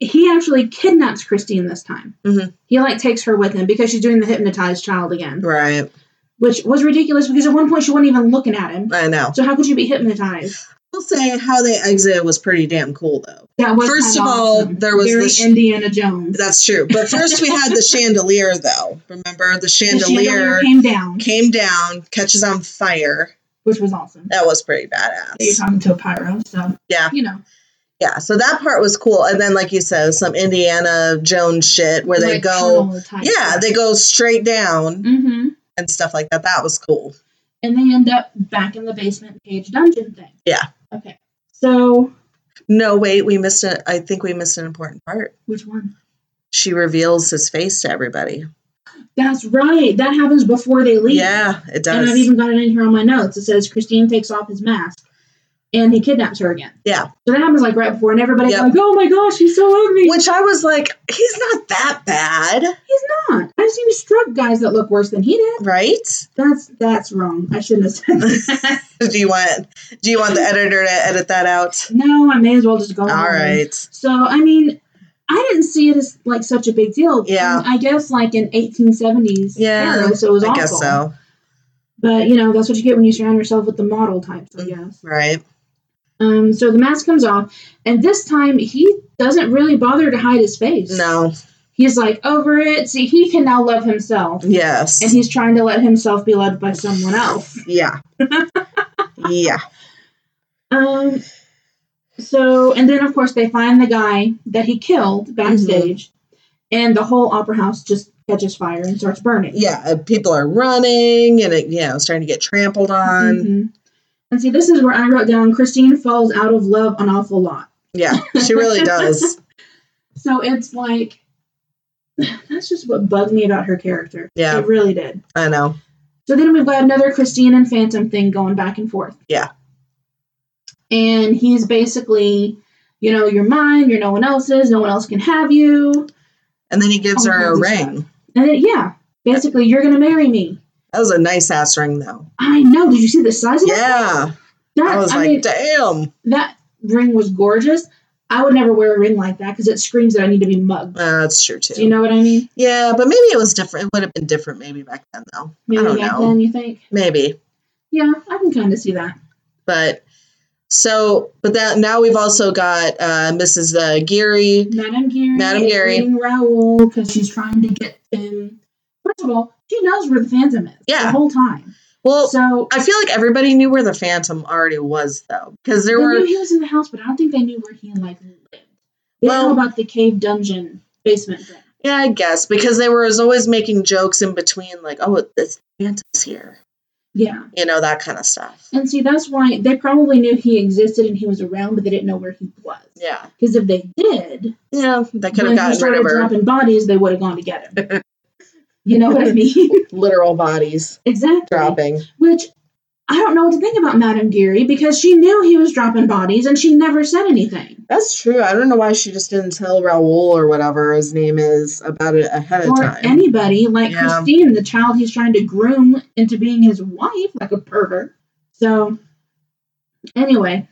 B: he actually kidnaps Christine this time.
A: Mhm.
B: He like takes her with him because she's doing the hypnotized child again,
A: Right.
B: which was ridiculous because at one point she wasn't even looking at him.
A: I know.
B: So how could you be hypnotized?
A: I'll say how they exited was pretty damn cool though.
B: That was
A: First
B: kinda
A: of all,
B: awesome.
A: there was
B: Very
A: this-
B: Indiana Jones.
A: That's true. But first we [laughs] had the chandelier though. Remember the
B: The
A: chandelier
B: came down,
A: came down, catches on fire.
B: which was awesome.
A: That was pretty
B: You're
A: badass.
B: talking to a pyro, so
A: Yeah.
B: you know
A: Yeah, so that part was cool. And then like you said, some Indiana Jones shit where they
B: like
A: go
B: tunnel type
A: Yeah,
B: stuff.
A: they go straight down
B: hmm
A: and stuff like that. That was cool.
B: and they end up back in the basement cage dungeon thing.
A: Yeah.
B: Okay. So
A: No, wait, we missed it. I think we missed an important part.
B: which one?
A: She reveals his face to everybody.
B: That's right. That happens before they leave.
A: Yeah, it
B: And I've
A: does.
B: even got it in here on my notes. It says Christine takes off his mask and he kidnaps her again.
A: Yeah.
B: So that happens like right before, and everybody's
A: Yep.
B: like, oh my gosh, he's so ugly.
A: Which I was like, he's not that bad,
B: He's not. I've seen struck guys that look worse than he did.
A: right?
B: That's that's wrong. I shouldn't have
A: [laughs]
B: said that.
A: Do you want do you want the editor to edit that out?
B: no, I may as well just go.
A: All
B: on.
A: right.
B: So I mean, I didn't see it as like such a big deal.
A: Yeah.
B: I guess like in 1870s.
A: Yeah,
B: era, so it was
A: I
B: awful.
A: guess so.
B: But you know, that's what you get when you surround yourself with the model types, I
A: Mhm.
B: guess.
A: Right.
B: Um, so the mask comes off, and this time he doesn't really bother to hide his face.
A: No.
B: He's like over it. See, he can now love himself, and
A: Yes.
B: he's trying to let himself be loved by someone else. [laughs]
A: Yeah. yeah.
B: Um, so and then of course they find the guy that he killed backstage,
A: Mm-hmm.
B: and the whole opera house just catches fire and starts burning.
A: Yeah. uh, People are running and it you know, it's starting to get trampled on.
B: Mhm. And see, this is where I wrote down Christine falls out of love an awful lot.
A: Yeah. She really
B: [laughs]
A: does.
B: So it's like [sighs] that's just what bugged me about her character.
A: Yeah.
B: It really did.
A: I know.
B: So then we've got another Christine and Phantom thing going back and forth.
A: Yeah.
B: And he's basically, you know, you're mine, you're no one else's, no one else can have you.
A: And then he gives
B: Oh,
A: her a
B: holy
A: ring.
B: And then yeah, basically you're gonna marry me.
A: That was a nice ass ring though.
B: I know. Did you see the size of it?
A: Yeah.
B: That
A: I was
B: I
A: like,
B: mean,
A: damn.
B: that ring was gorgeous. I would never wear a ring like that because it screams that I need to be mugged.
A: Uh, that's true too.
B: Do you know what I mean?
A: Yeah, but maybe it was different. It would have been different maybe back then though.
B: Maybe
A: don't
B: back
A: know.
B: then you think?
A: Maybe.
B: Yeah, I can kind of see that.
A: But so but that now we've also got uh Mrs. Uh, Geary.
B: Madame Gary.
A: Madame
B: is
A: Gary.
B: Raiding Raoul because she's trying to get him. First of all, she knows where the Phantom is
A: Yeah.
B: the whole time.
A: Well,
B: so
A: I feel like everybody knew where the Phantom already was though. Because
B: they
A: there were
B: knew he was in the house, but I don't think they knew where he like lived. They
A: Well-
B: know about the cave dungeon basement thing.
A: yeah, I guess, because they were was always making jokes in between like, Oh, this phantom's here.
B: Yeah,
A: You know, that kind of stuff.
B: and see that's why they probably knew he existed and he was around, but they didn't know where he was.
A: Yeah.
B: Because if they did,
A: Yeah. They could
B: when
A: have gotten
B: he
A: rid
B: started
A: of her
B: dropping bodies, they would have gone to get
A: [laughs]
B: him. you know what I mean? [laughs]
A: literal bodies
B: exactly.
A: dropping.
B: which I don't know what to think about Madame Geary because she knew he was dropping bodies and she never said anything.
A: That's true. I don't know why she just didn't tell Raoul or whatever his name is about it ahead of
B: Or
A: time.
B: anybody like
A: Yeah.
B: Christine, the child he's trying to groom into being his wife, like a pervert. So, anyway,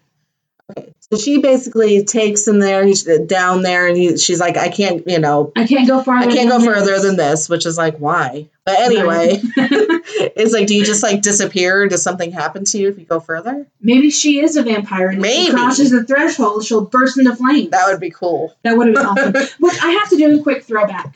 A: so she basically takes him there, he's uh, down there, and he, she's like, I can't, you know,
B: I can't go farther.
A: I can't go
B: than
A: further
B: this.
A: than this, which is like, why? But
B: [laughs]
A: anyway, it's like, do you just like disappear? Does something happen to you if you go further?
B: Maybe she is a vampire and if she
A: Maybe.
B: crosses the threshold, she'll burst into flames.
A: That would be cool.
B: That would have been
A: [laughs]
B: awesome. Which I have to do a quick throwback.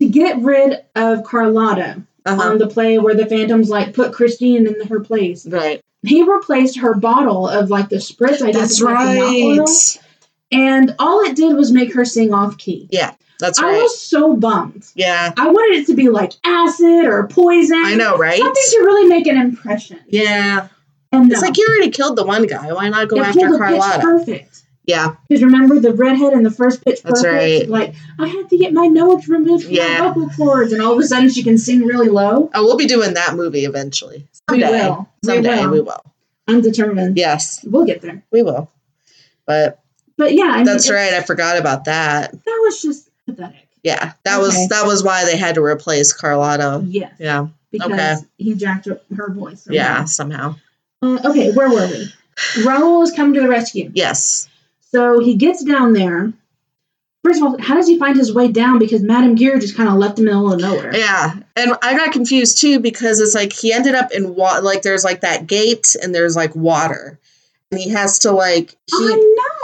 B: To get rid of Carlotta
A: Uh-huh.
B: on the play where the phantoms like put Christine in her place.
A: Right.
B: he replaced her bottle of like the spritz I
A: That's
B: guess with, like, the
A: right.
B: knot oil, and all it did was make her sing off key.
A: That's
B: I
A: right.
B: was so bummed.
A: Yeah.
B: I wanted it to be like acid or poison.
A: I know, right?
B: Something to really make an impression.
A: Yeah.
B: And no,
A: It's like you already killed the one guy. Why not go
B: they
A: after
B: pulled a pitch
A: Carlotta?
B: perfect.
A: Yeah.
B: Because remember the redhead in the first pitch
A: That's right.
B: perfect? Like I had to get my notes removed from
A: Yeah.
B: my vocal cords, and all of a sudden she can sing really low.
A: Oh, we'll be doing that movie eventually.
B: We
A: Someday.
B: will.
A: Someday
B: we will.
A: we will.
B: I'm determined.
A: Yes,
B: We'll get there.
A: we will. But
B: But yeah, I mean,
A: that's
B: it-
A: right. I forgot about that.
B: That was just pathetic.
A: Yeah, that
B: Okay.
A: was that was why they had to replace Carlotta.
B: Yes.
A: Yeah,
B: because
A: Okay.
B: he jacked up her voice. somehow.
A: yeah, somehow.
B: Uh, okay, where were we? Raul is coming to the rescue.
A: Yes,
B: So he gets down there. First of all, how does he find his way down? Because Madame Gear just kind of left him in the middle of nowhere.
A: Yeah, and I got confused too because it's like he ended up in water. Like there's like that gate, and there's like water, and he has to like he
B: Oh,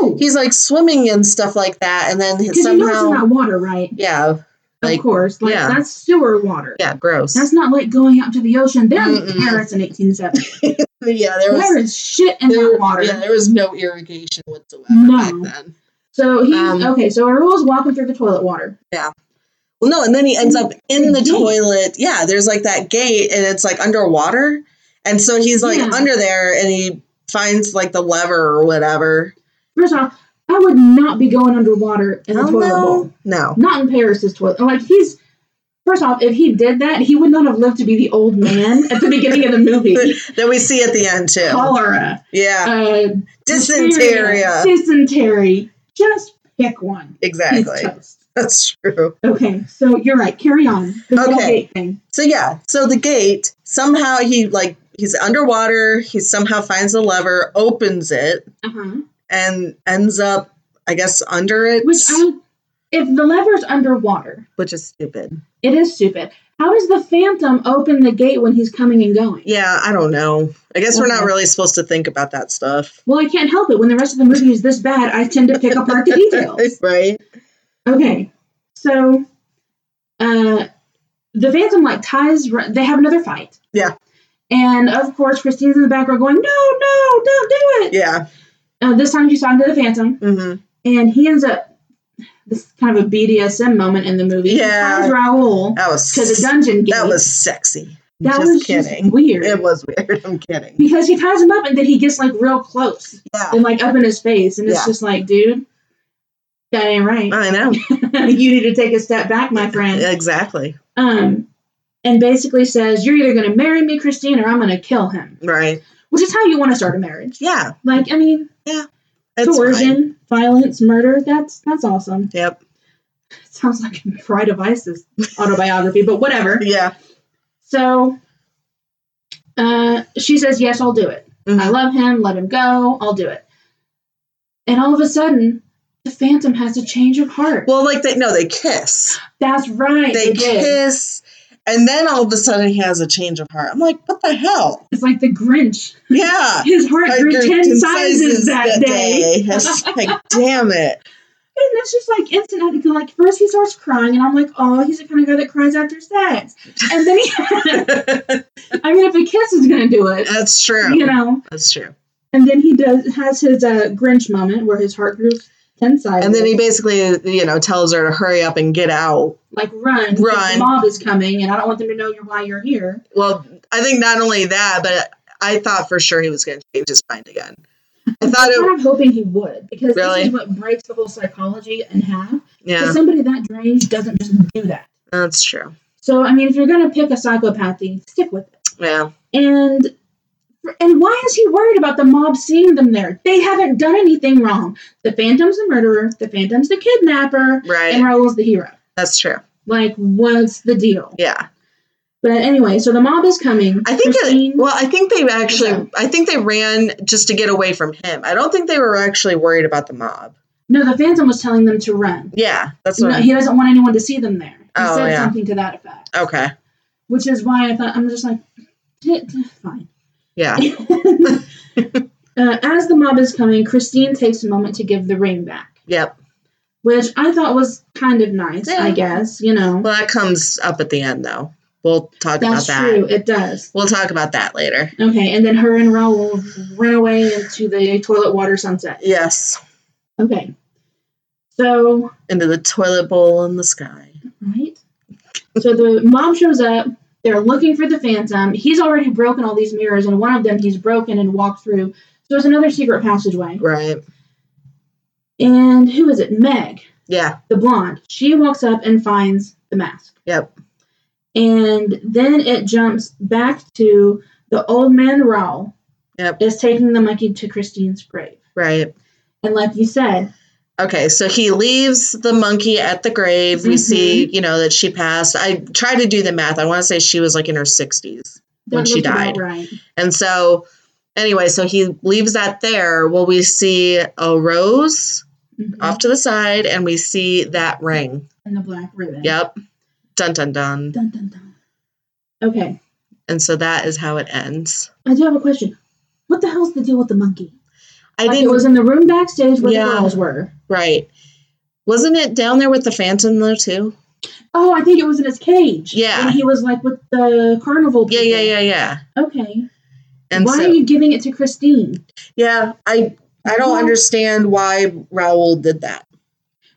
B: I know.
A: he's like swimming and stuff like that, and then
B: Because you know it's in
A: somehow
B: that water, right?
A: yeah Like,
B: of course. Like
A: yeah.
B: that's sewer water.
A: yeah gross
B: That's not like going out to the ocean. They're
A: Mm-mm.
B: in Paris in 1870.
A: yeah [laughs] there was
B: There is shit in
A: there,
B: that water.
A: yeah there was no irrigation whatsoever
B: No.
A: back then.
B: So he's
A: Um,
B: okay. So Arul's walking through the toilet water.
A: Well, no, and then he ends up in the
B: The gate.
A: toilet. Yeah, there's like that gate, and it's like underwater, and so he's like
B: Yeah.
A: under there, and he finds like the lever or whatever.
B: First off, I would not be going underwater in the
A: Oh,
B: toilet bowl.
A: no, no.
B: Not in Paris's toilet. Like he's first off, if he did that, he would not have lived to be the old man at the beginning of
A: [laughs]
B: the movie.
A: That we see at the end too.
B: Cholera,
A: Yeah,
B: Oh, uh,
A: dysentery.
B: dysentery. Just pick one. He's [laughs]
A: Exactly, [laughs]
B: toast.
A: that's true.
B: Okay, so you're right. Carry on. The whole
A: Okay.
B: gate thing.
A: So yeah, so the gate somehow he like he's underwater. He somehow finds the lever, opens it,
B: Uh-huh.
A: and ends up, I guess, under it,
B: Which I, if the lever's underwater,
A: which is stupid.
B: it is stupid. How does the phantom open the gate when he's coming and going?
A: Yeah, I don't know. I guess we're not
B: Okay.
A: really supposed to think about that stuff.
B: Well, I can't help it. When the rest of the movie is this bad, I tend to pick
A: [laughs]
B: apart the details.
A: right?
B: Okay, so uh, the Phantom like ties. Ru- They have another fight.
A: Yeah.
B: And of course, Christine's in the background going, "No, no, don't do it."
A: Yeah.
B: Uh, this time she's talking to the Phantom,
A: Mm-hmm.
B: and he ends up. This is kind of a BDSM moment in the movie.
A: Yeah.
B: He ties Raoul
A: That was
B: to the dungeon gate.
A: that was sexy. I'm
B: That
A: just
B: was
A: kidding.
B: just weird.
A: it was weird. [laughs] I'm kidding.
B: because he ties him up and then he gets like real close
A: Yeah,
B: and like up in his face, and it's
A: Yeah.
B: just like, dude, that ain't right.
A: I know
B: [laughs] you need to take a step back, my friend.
A: exactly.
B: Um, and basically says, You're either going to marry me, Christine, or I'm going to kill him,
A: Right?
B: which is how you want to start a marriage.
A: Yeah,
B: Like, I mean,
A: it's fine.
B: coercion, violence, murder that's that's awesome. [laughs]
A: Yep.
B: Sounds like a Pride of Isis autobiography, but whatever.
A: Yeah.
B: So uh, she says, Yes, I'll do it. I
A: Mhm.
B: love him. Let him go. I'll do it. And all of a sudden, the phantom has a change of heart.
A: Well, like they no, they kiss.
B: that's right.
A: They
B: did.
A: kiss, and then all of a sudden he has a change of heart. I'm like, what the hell?
B: It's like the Grinch. [laughs]
A: Yeah.
B: His heart
A: I
B: grew
A: grew
B: 10, sizes, that, day.
A: I was
B: [laughs]
A: like, damn it.
B: And it's just like instant. I think, Like, first he starts crying, and I'm like, oh, he's the kind of guy that cries after sex. And then he, [laughs] I mean, if a kiss is going to do it,
A: [laughs] That's true.
B: you know.
A: That's true.
B: And then he does has his uh, Grinch moment where his heart grew 10 sizes.
A: And then he basically, you know, tells her to hurry up and get out.
B: like, run. because
A: Run.
B: The mob is coming, and I don't want them to know you're why you're here.
A: Well, I think not only that, but I thought for sure he was going to change his mind again. I thought
B: I'm [laughs]
A: it,
B: kind of hoping he would because
A: Really?
B: this is what breaks the whole psychology in half. 'Cause
A: yeah,
B: somebody that deranged doesn't just do that.
A: that's true.
B: So I mean, if you're gonna pick a psychopathy, stick with it.
A: Yeah,
B: And and why is he worried about the mob seeing them there? They haven't done anything wrong. The Phantom's the murderer. The Phantom's the kidnapper. And
A: right.
B: Raoul's the hero.
A: That's true.
B: Like, what's the deal?
A: Yeah,
B: But anyway, so the mob is coming.
A: I think.
B: Christine-
A: It, well, I think they actually. I think they ran just to get away from him. I don't think they were actually worried about the mob.
B: no, the Phantom was telling them to run.
A: Yeah, that's what.
B: No, he doesn't want anyone to see them there. He
A: Oh,
B: said
A: yeah.
B: something to that effect.
A: okay.
B: which is why I thought I'm just like, "Eh, eh, fine.
A: Yeah.
B: Uh, as the mob is coming, Christine takes a moment to give the ring back,
A: Yep.
B: which I thought was kind of nice. I
A: Yeah.
B: guess you know
A: Well, that comes up at the end, though. We'll talk about
B: that's
A: that.
B: true. It does.
A: We'll talk about that later.
B: Okay, and then her and Raoul run away into the toilet water sunset.
A: Yes.
B: Okay, so
A: Into the toilet bowl in the sky.
B: right, so the mob shows up. They're looking for the phantom. He's already broken all these mirrors, and one of them he's broken and walked through. So it's another secret passageway.
A: Right.
B: And who is it? Meg.
A: Yeah.
B: the blonde. She walks up and finds the mask.
A: Yep.
B: And then it jumps back to the old man Raul
A: Yep.
B: is taking the monkey to Christine's grave.
A: Right.
B: And like you said,
A: Okay, so he leaves the monkey at the grave. We
B: Mhm.
A: see, you know, that she passed. I tried to do the math. I want to say she was like in her 60s.
B: that
A: When she
B: looks about
A: died.
B: right.
A: And so, anyway, so he leaves that there. Well, we see a rose
B: Mhm.
A: off to the side, and we see that ring.
B: and the black ribbon.
A: Yep. Dun dun dun.
B: Dun, dun, dun. Okay.
A: And so that is how it ends.
B: I do have a question. What the hell's the deal with the monkey?
A: I
B: Like,
A: didn't
B: it was in the room backstage where
A: Yeah.
B: the girls were.
A: right. Wasn't it down there with the phantom though too?
B: Oh, I think it was in his cage.
A: Yeah.
B: When he was like with the carnival.
A: Yeah, yeah, yeah, yeah.
B: yeah. Okay.
A: And
B: Why
A: so
B: are you giving it to Christine?
A: yeah, I I don't
B: Well-
A: understand why Raoul did that.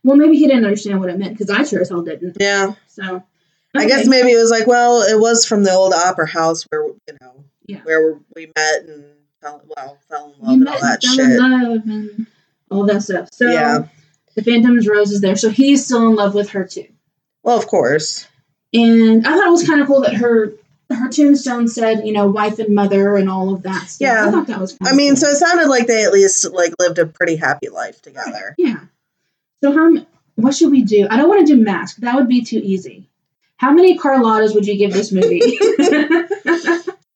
B: Well, maybe he didn't understand what it meant because I sure as hell didn't.
A: Yeah.
B: So.
A: I guess
B: okay.
A: maybe it was like, well, it was from the old opera house where you know
B: Yeah.
A: where we met and fell well fell in love
B: You
A: and
B: met
A: all
B: and
A: that
B: fell
A: shit.
B: in love and all that stuff. So
A: Yeah.
B: the Phantom's Rose is there, so he's still in love with her too.
A: Well, of course.
B: And I thought it was kind of cool that her her tombstone said, you know, wife and mother and all of that stuff.
A: Yeah.
B: I thought that was. Kind
A: I
B: of
A: mean,
B: cool.
A: so it sounded like they at least like lived a pretty happy life together.
B: yeah. So how? m- What should we do? I don't want to do mask. That would be too easy. How many Carlottas would you give
A: [laughs]
B: this movie? [laughs]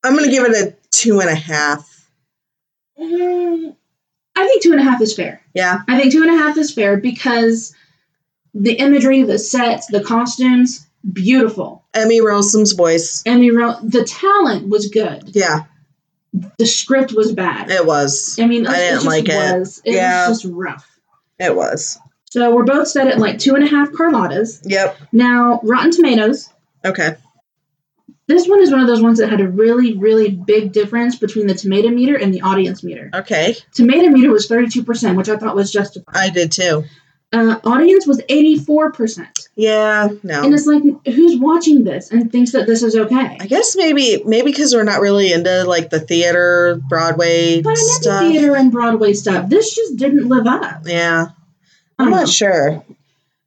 A: I'm gonna give it a two and a half.
B: Mm, I think two and a half is fair.
A: Yeah,
B: I think two and a half is fair because the imagery, the sets, the costumes, beautiful.
A: Emmy Rossum's voice.
B: Emmy Ro- the talent was good.
A: Yeah,
B: The script was bad.
A: it was.
B: I mean,
A: I
B: it
A: didn't
B: just
A: like it.
B: was. It
A: Yeah.
B: was just rough.
A: It was.
B: So we're both set at like two and a half Carlottas.
A: Yep.
B: Now, Rotten Tomatoes.
A: Okay.
B: This one is one of those ones that had a really, really big difference between the tomato meter and the audience meter.
A: Okay.
B: Tomato meter was 32%, which I thought was justified.
A: I did too.
B: Uh, audience was 84%.
A: Yeah.
B: And
A: No.
B: it's like, who's watching this and thinks that this is okay?
A: Oh. I guess maybe maybe because we're not really into like the theater, Broadway
B: But I meant
A: stuff.
B: the theater and Broadway stuff. This just didn't live up.
A: Yeah.
B: I
A: I'm
B: don't,
A: not
B: know.
A: sure.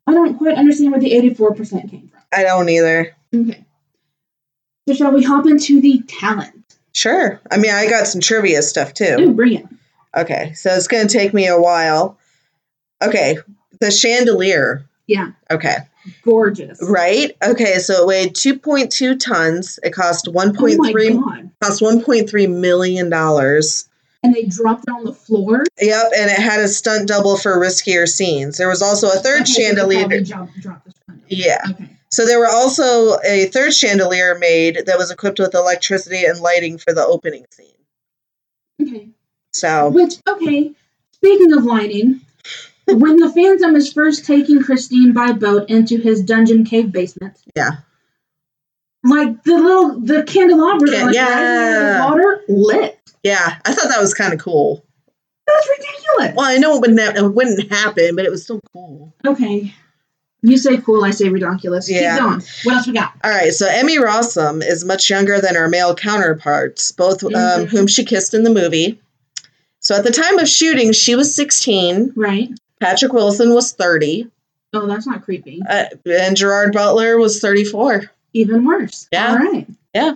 B: I don't quite understand where the 84% came from.
A: I don't either.
B: Okay. So shall we hop into the talent?
A: Sure. I mean, I got some trivia stuff too.
B: Ooh, bring it.
A: Okay. So it's going to take me a while. Okay. The chandelier.
B: Yeah.
A: Okay.
B: Gorgeous.
A: Right? Okay. So it weighed 2.2 tons. It cost
B: Oh
A: 1.3
B: my god.
A: cost 1.3 million dollars.
B: And they dropped it on the floor.
A: Yep, and it had a stunt double for riskier scenes. There was also a third
B: Okay, so they probably
A: chandelier.
B: drop- dropped this one.
A: Yeah.
B: Okay.
A: So there were also a third chandelier made that was equipped with electricity and lighting for the opening scene.
B: Okay.
A: So
B: Which, okay, speaking
A: [laughs]
B: of lighting, when the Phantom is first taking Christine by boat into his dungeon cave basement.
A: Yeah.
B: Like the little the candelabra
A: Can-
B: like,
A: yeah.
B: rising out of the water lit.
A: Yeah, I thought that was kind of cool.
B: That's ridiculous.
A: Well, I know it wouldn't, it wouldn't happen, but it was still cool.
B: Okay. You say cool, I say ridiculous.
A: Yeah.
B: Keep going. What else we got?
A: All right, so Emmy Rossum is much younger than her male counterparts, both um,
B: Mhm.
A: whom she kissed in the movie. So at the time of shooting, she was 16,
B: Right.
A: Patrick Wilson was 30,
B: Oh, that's not creepy.
A: uh, and Gerard Butler was 34.
B: Even worse.
A: Yeah.
B: All right.
A: Yeah.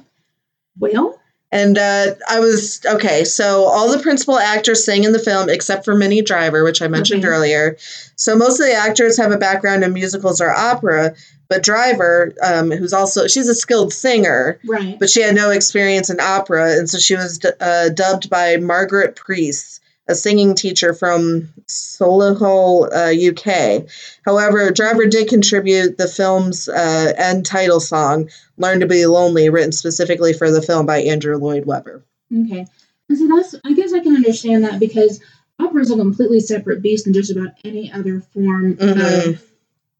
B: Well,
A: And uh, I was okay. So all the principal actors sang in the film except for Minnie Driver, which I mentioned
B: Okay.
A: earlier. So most of the actors have a background in musicals or opera, but Driver, um, who's also she's a skilled singer,
B: right.
A: but she had no experience in opera, and so she was d- uh, dubbed by Margaret Priest, a singing teacher from Solihull, uh, UK. However, Driver did contribute the film's uh, end title song, "Learn to Be Lonely," written specifically for the film by Andrew Lloyd Webber.
B: Okay. And so that's, I guess I can understand that because opera is a completely separate beast than just about any other form
A: Mhm.
B: of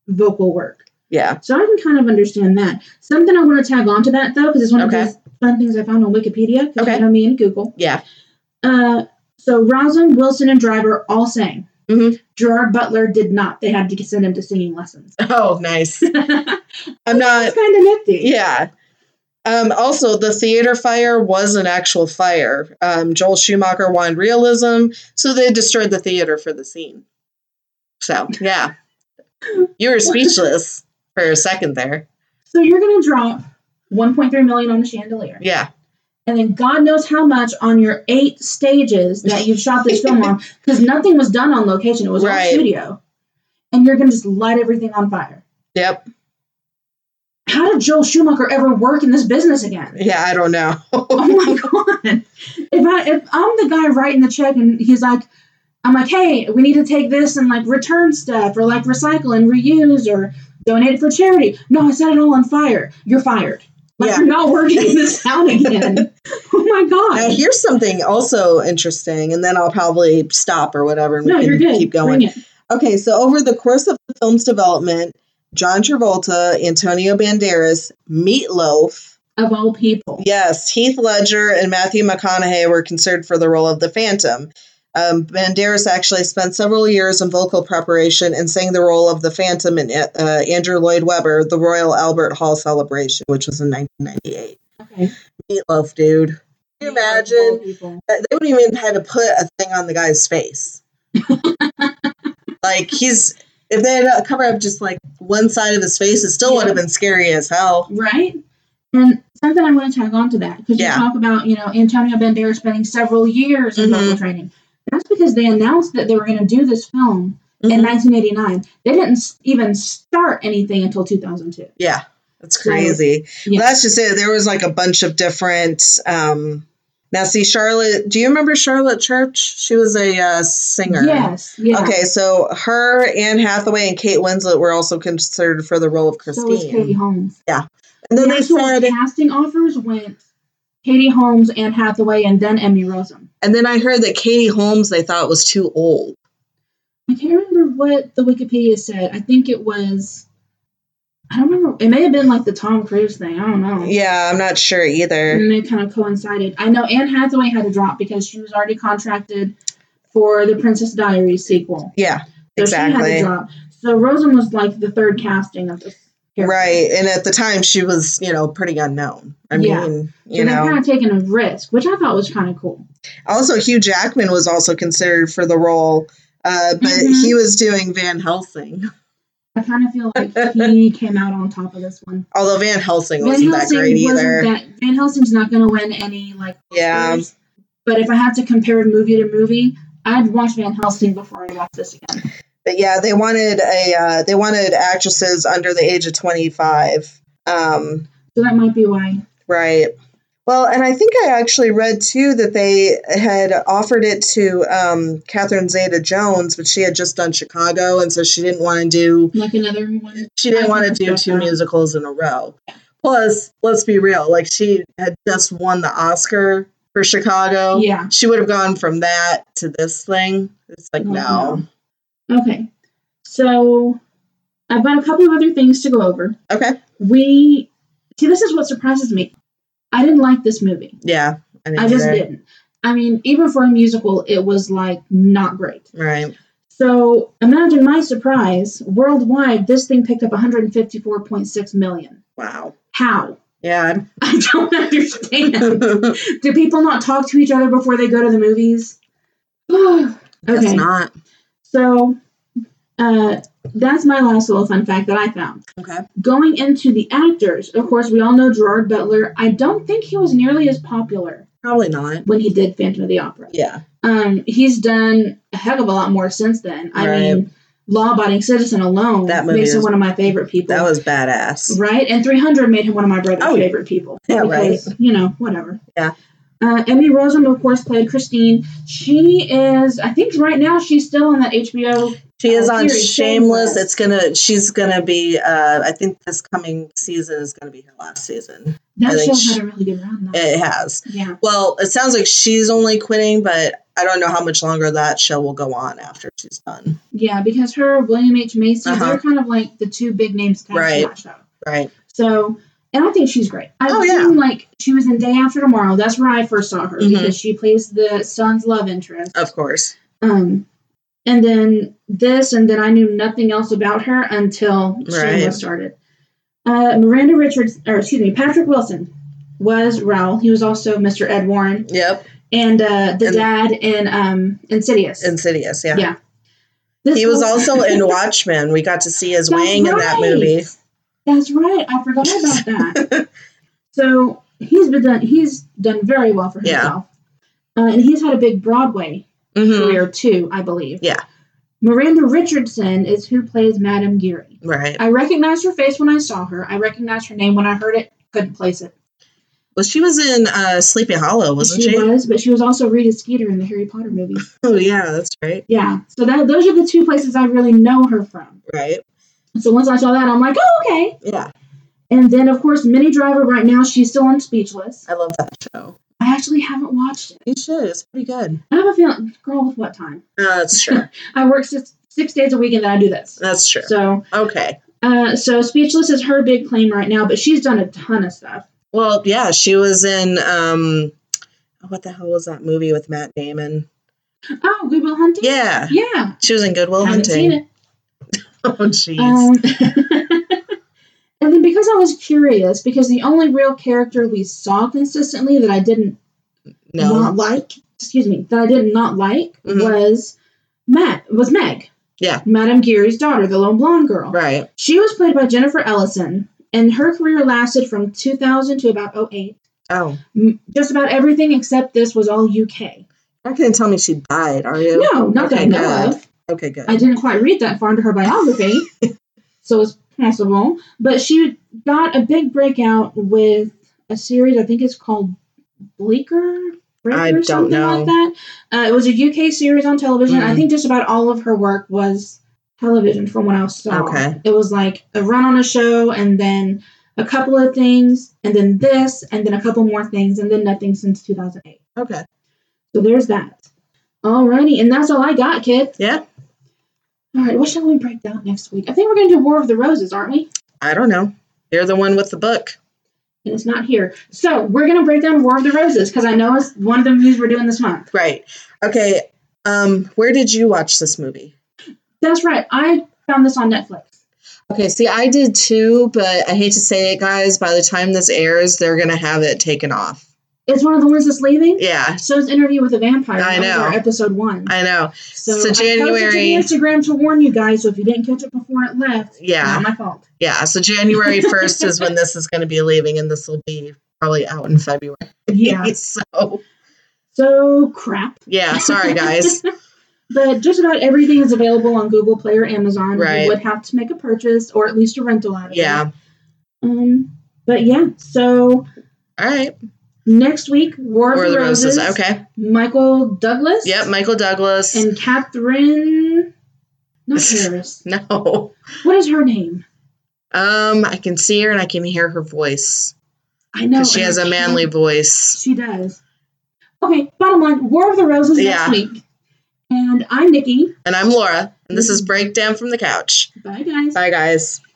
B: vocal work.
A: Yeah.
B: So I can kind of understand that. Something I want to tag on to that though, because it's one
A: Okay.
B: of those fun things I found on Wikipedia. 'cause
A: Okay.
B: You know me and Google.
A: Yeah.
B: Uh, so Rosin, Wilson, and Driver all sang.
A: Mhm.
B: Gerard Butler did not. They had to send him to singing
A: [laughs]
B: lessons. [laughs]
A: Oh, nice.
B: That's
A: I'm not.
B: kind of nifty.
A: Uh, Yeah. Um, also, the theater fire was an actual fire. Um, Joel Schumacher wanted realism, so they destroyed the theater for the scene. So, yeah. You were speechless for a second there.
B: So you're gonna drop 1.3 million on the chandelier.
A: Yeah.
B: and then God knows how much on your eight stages that you've shot this film on, because nothing was done on location. It was
A: Right.
B: all studio, and you're gonna just light everything on fire.
A: Yep.
B: How did Joel Schumacher ever work in this
A: [laughs]
B: business again?
A: Yeah, I don't know.
B: Oh my god! If I if I'm the guy writing the check and he's like, I'm like, hey, we need to take this and like return stuff or like recycle and reuse or donate it for charity. No, I set it all on fire. You're fired. Like
A: Yeah.
B: you're not working [laughs] in this
A: [laughs]
B: town again. oh my
A: Now,
B: god.
A: here's something also interesting, and then I'll probably stop or whatever, and
B: No,
A: we can
B: you're good.
A: keep going.
B: Bring it.
A: Okay, so over the course of the film's development, John Travolta, Antonio Banderas, Meatloaf,
B: Of all people.
A: yes, Heath Ledger, and Matthew McConaughey were considered for the role of the Phantom. Um, Banderas actually spent several years in vocal preparation and sang the role of the Phantom in uh, Andrew Lloyd Webber, the Royal Albert Hall celebration, which was in 1998.
B: Okay.
A: Meatloaf, dude. Can you
B: Of all
A: imagine?
B: people.
A: Uh, they wouldn't even had to put a thing on the guy's face. like he's if they had uh, cover up just like one side of his face, it still would have been scary as hell.
B: Right? And something I want to tag on to that because
A: Yeah.
B: you talk about, you know, Antonio Banderas spending several years in
A: Mhm.
B: vocal training. That's because they announced that they were going to do this film
A: Mm-hmm.
B: in 1989. They didn't s- even start anything until 2002.
A: Yeah, that's crazy.
B: Yeah.
A: That's just it. There was like a bunch of different. um Now, see, Charlotte. Do you remember Charlotte Church? She was a uh, singer.
B: Yes. Yeah.
A: Okay, so her, Anne Hathaway, and Kate Winslet were also considered for the role of
B: So was Katie
A: Christine.
B: Holmes.
A: and then
B: the
A: they
B: actual
A: said,
B: casting offers went Katie Holmes, Anne Hathaway, and then Emmy Rossum.
A: and then I heard that Katie Holmes they thought was too old.
B: I can't remember what the Wikipedia said. I think it was. I don't remember. It may have been like the Tom Cruise thing. I don't know.
A: Yeah, I'm not sure either.
B: and they kind of coincided. I know Anne Hathaway had to drop because she was already contracted for the Princess Diaries sequel.
A: Yeah,
B: So she had
A: exactly.
B: to drop. So Rosen was like the third casting of this. character.
A: Right. And at the time, she was, you know, pretty unknown. I
B: Yeah.
A: mean,
B: So
A: you
B: they're kind
A: know.
B: of taking a risk, which I thought was kind of cool.
A: Also, Hugh Jackman was also considered for the role, uh, but
B: Mhm.
A: he was doing Van Helsing.
B: I kind of feel
A: [laughs]
B: like he came out on top of this one.
A: Although Van Helsing
B: Van
A: wasn't
B: Helsing
A: that great
B: wasn't
A: either.
B: that. Van Helsing's not going to win any like.
A: Yeah.
B: Oscars. But if I had to compare movie to movie, I'd watch Van Helsing before I watch this again.
A: But yeah, they wanted a uh, they wanted actresses under the age of twenty five. Um,
B: So that might be why.
A: Right. Well, and I think I actually read too that they had offered it to um, Catherine Zeta Jones, but she had just done Chicago, and so she didn't want to do
B: Like another one.
A: she didn't
B: I
A: want to
B: think
A: do
B: [laughs] that's
A: two
B: right.
A: musicals in a row. Plus, let's be real, like she had just won the Oscar for Chicago.
B: Yeah.
A: She would have gone from that to this thing. It's like
B: Well,
A: no.
B: Oh, no. Okay. So I've got a couple of other things to go over.
A: Okay.
B: We see this is what surprises me. I didn't like this movie.
A: Yeah. didn't
B: I just
A: either.
B: didn't. I mean, even for a musical, it was like not great.
A: Right.
B: So imagine my surprise. Worldwide, this thing picked up 154.6 million.
A: Wow.
B: How? [laughs]
A: Yeah. [laughs]
B: I don't understand. Do people not talk to each other before they go to the movies? [sighs] okay.
A: It's not.
B: So uh, that's my last little fun fact that I found.
A: Okay.
B: Going into the actors, of course, we all know Gerard Butler. I don't think he was nearly as popular
A: Probably not.
B: when he did Phantom of the Opera.
A: Yeah.
B: Um, he's done a heck of a lot more since then. I
A: Right.
B: mean, Law Abiding Citizen alone
A: That movie
B: makes him
A: is-
B: one of my favorite people.
A: That was badass.
B: Right? And 300 made him one of my brother's
A: Oh, yeah.
B: favorite people.
A: Yeah,
B: because, You know, whatever.
A: Yeah.
B: Uh, Emmy Rossum, of course, played Christine. She is, I think right now she's still on that HBO.
A: She is
B: Oh,
A: on
B: Siri,
A: Shameless.
B: Shameless.
A: It's gonna. She's gonna be. Uh, I think this coming season is gonna be her last season. I
B: That
A: think
B: show's
A: she-
B: had a really good run, though.
A: It has.
B: yeah.
A: Well, it sounds like she's only quitting, but I don't know how much longer that show will go on after she's done.
B: Yeah, because her, William H. Macy,
A: Uh-huh.
B: they're kind of like the two big names cast
A: Right.
B: in that show.
A: Right.
B: So, and I think she's great. I've
A: Oh, yeah.
B: seen, like, she was in Day After Tomorrow. That's where I first saw her
A: Mhm.
B: because she plays the son's love interest.
A: Of course.
B: Um, and then this, and then I knew nothing else about her until
A: Right.
B: Shameless started. Uh, Miranda Richards, or excuse me, Patrick Wilson was Raoul. He was also Mr. Ed Warren
A: Yep.
B: and uh, the
A: And-
B: dad in um, Insidious.
A: Insidious. Yeah.
B: Yeah. This
A: He was
B: whole- [laughs]
A: also in Watchmen. We got to see his
B: That's
A: wing in that
B: right.
A: movie.
B: That's right. I forgot
A: [laughs]
B: about that. so he's been done. He's done very well for
A: Yeah.
B: himself, uh, and he's had a big Broadway
A: hmm
B: career too, I believe.
A: Yeah.
B: Miranda Richardson is who plays Madame Geary.
A: Right.
B: I recognized her face when I saw her. I recognized her name when I heard it. Couldn't place it.
A: Well, she was in uh, Sleepy Hollow, wasn't she?
B: she was, but she was also Rita Skeeter in the Harry Potter movie.
A: Oh, yeah, that's right.
B: Yeah. So that those are the two places I really know her from.
A: Right.
B: So once I saw that, I'm like, oh, okay.
A: Yeah,
B: And then, of course, Minnie Driver right now, she's still on Speechless.
A: I love that show.
B: I actually haven't watched it.
A: You should. It's pretty good.
B: I have a feeling, girl, with what time?
A: Uh, That's true.
B: I work six, six days a week and then I do this.
A: That's true.
B: So,
A: Okay.
B: uh, so Speechless is her big claim right now, but she's done a ton of stuff.
A: Well, yeah, she was in um, what the hell was that movie with Matt Damon?
B: Oh, Good Will Hunting?
A: Yeah,
B: Yeah.
A: she was in Goodwill
B: haven't seen
A: Hunting.
B: it.
A: [laughs] Oh, jeez.
B: Um, [laughs] and then because I was curious, because the only real character we saw consistently that I didn't
A: no.
B: not like, excuse me, that I did not like
A: Mhm.
B: was Matt was Meg.
A: Yeah.
B: Madame Geary's daughter, the lone blonde girl.
A: Right.
B: She was played by Jennifer Ellison, and her career lasted from 2000 to about 08.
A: Oh,
B: M- Just about everything except this was all UK.
A: you're not gonna tell me she died, are you?
B: No, not that I
A: Okay,
B: know
A: good.
B: of.
A: Okay, good.
B: I didn't quite read that far into
A: [laughs]
B: her biography, so it's possible. But she got a big breakout with a series, I think it's called Bleaker? Breaker
A: I
B: or
A: don't
B: something
A: know.
B: like that. Uh, it was a UK series on television. I
A: Mhm.
B: think just about all of her work was television from what I saw.
A: Okay.
B: It was like a run on a show and then a couple of things and then this and then a couple more things and then nothing since 2008.
A: Okay.
B: So there's that. Alrighty, and that's all I got, kids.
A: Yeah.
B: All right, what shall we break down next week? I think we're going to do War of the Roses, aren't we?
A: I don't know. You're the one with the book.
B: And it's not here. So we're going to break down War of the Roses because I know it's one of the movies we're doing this month.
A: Right. Okay. Um, where did you watch this movie?
B: That's right. I found this on Netflix.
A: Okay, see, I did too, but I hate to say it, guys. By the time this airs, they're gonna have it taken off.
B: It's one of the ones that's leaving.
A: Yeah,
B: So it's Interview with a Vampire.
A: I
B: That was
A: know.
B: our episode one.
A: I know.
B: so
A: so
B: I
A: January-
B: posted to Instagram to warn you guys. So if you didn't catch it before it left,
A: Yeah.
B: not my fault.
A: Yeah, so January 1st is when this is going to be leaving, and this will be probably out in February.
B: Yeah.
A: [laughs] so,
B: so crap.
A: yeah, sorry, [laughs] guys.
B: But just about everything is available on Google Play or Amazon.
A: Right.
B: You would have to make a purchase or at least a rental out of it.
A: Yeah.
B: Um, but yeah, so
A: All right.
B: next week, War of
A: Or
B: the Roses.
A: Okay.
B: Michael Douglas.
A: Yep, Michael Douglas.
B: And Catherine. Not Harris.
A: [laughs] no.
B: what is her name?
A: Um, I can see her and I can hear her voice
B: I know.
A: because she
B: and
A: has
B: I
A: a manly
B: can't-
A: voice.
B: She does. Okay, bottom line War of the Roses
A: Yeah.
B: next week. And I'm Nikki.
A: And I'm Laura, and this is Breakdown from the Couch.
B: Bye, guys.
A: Bye, guys.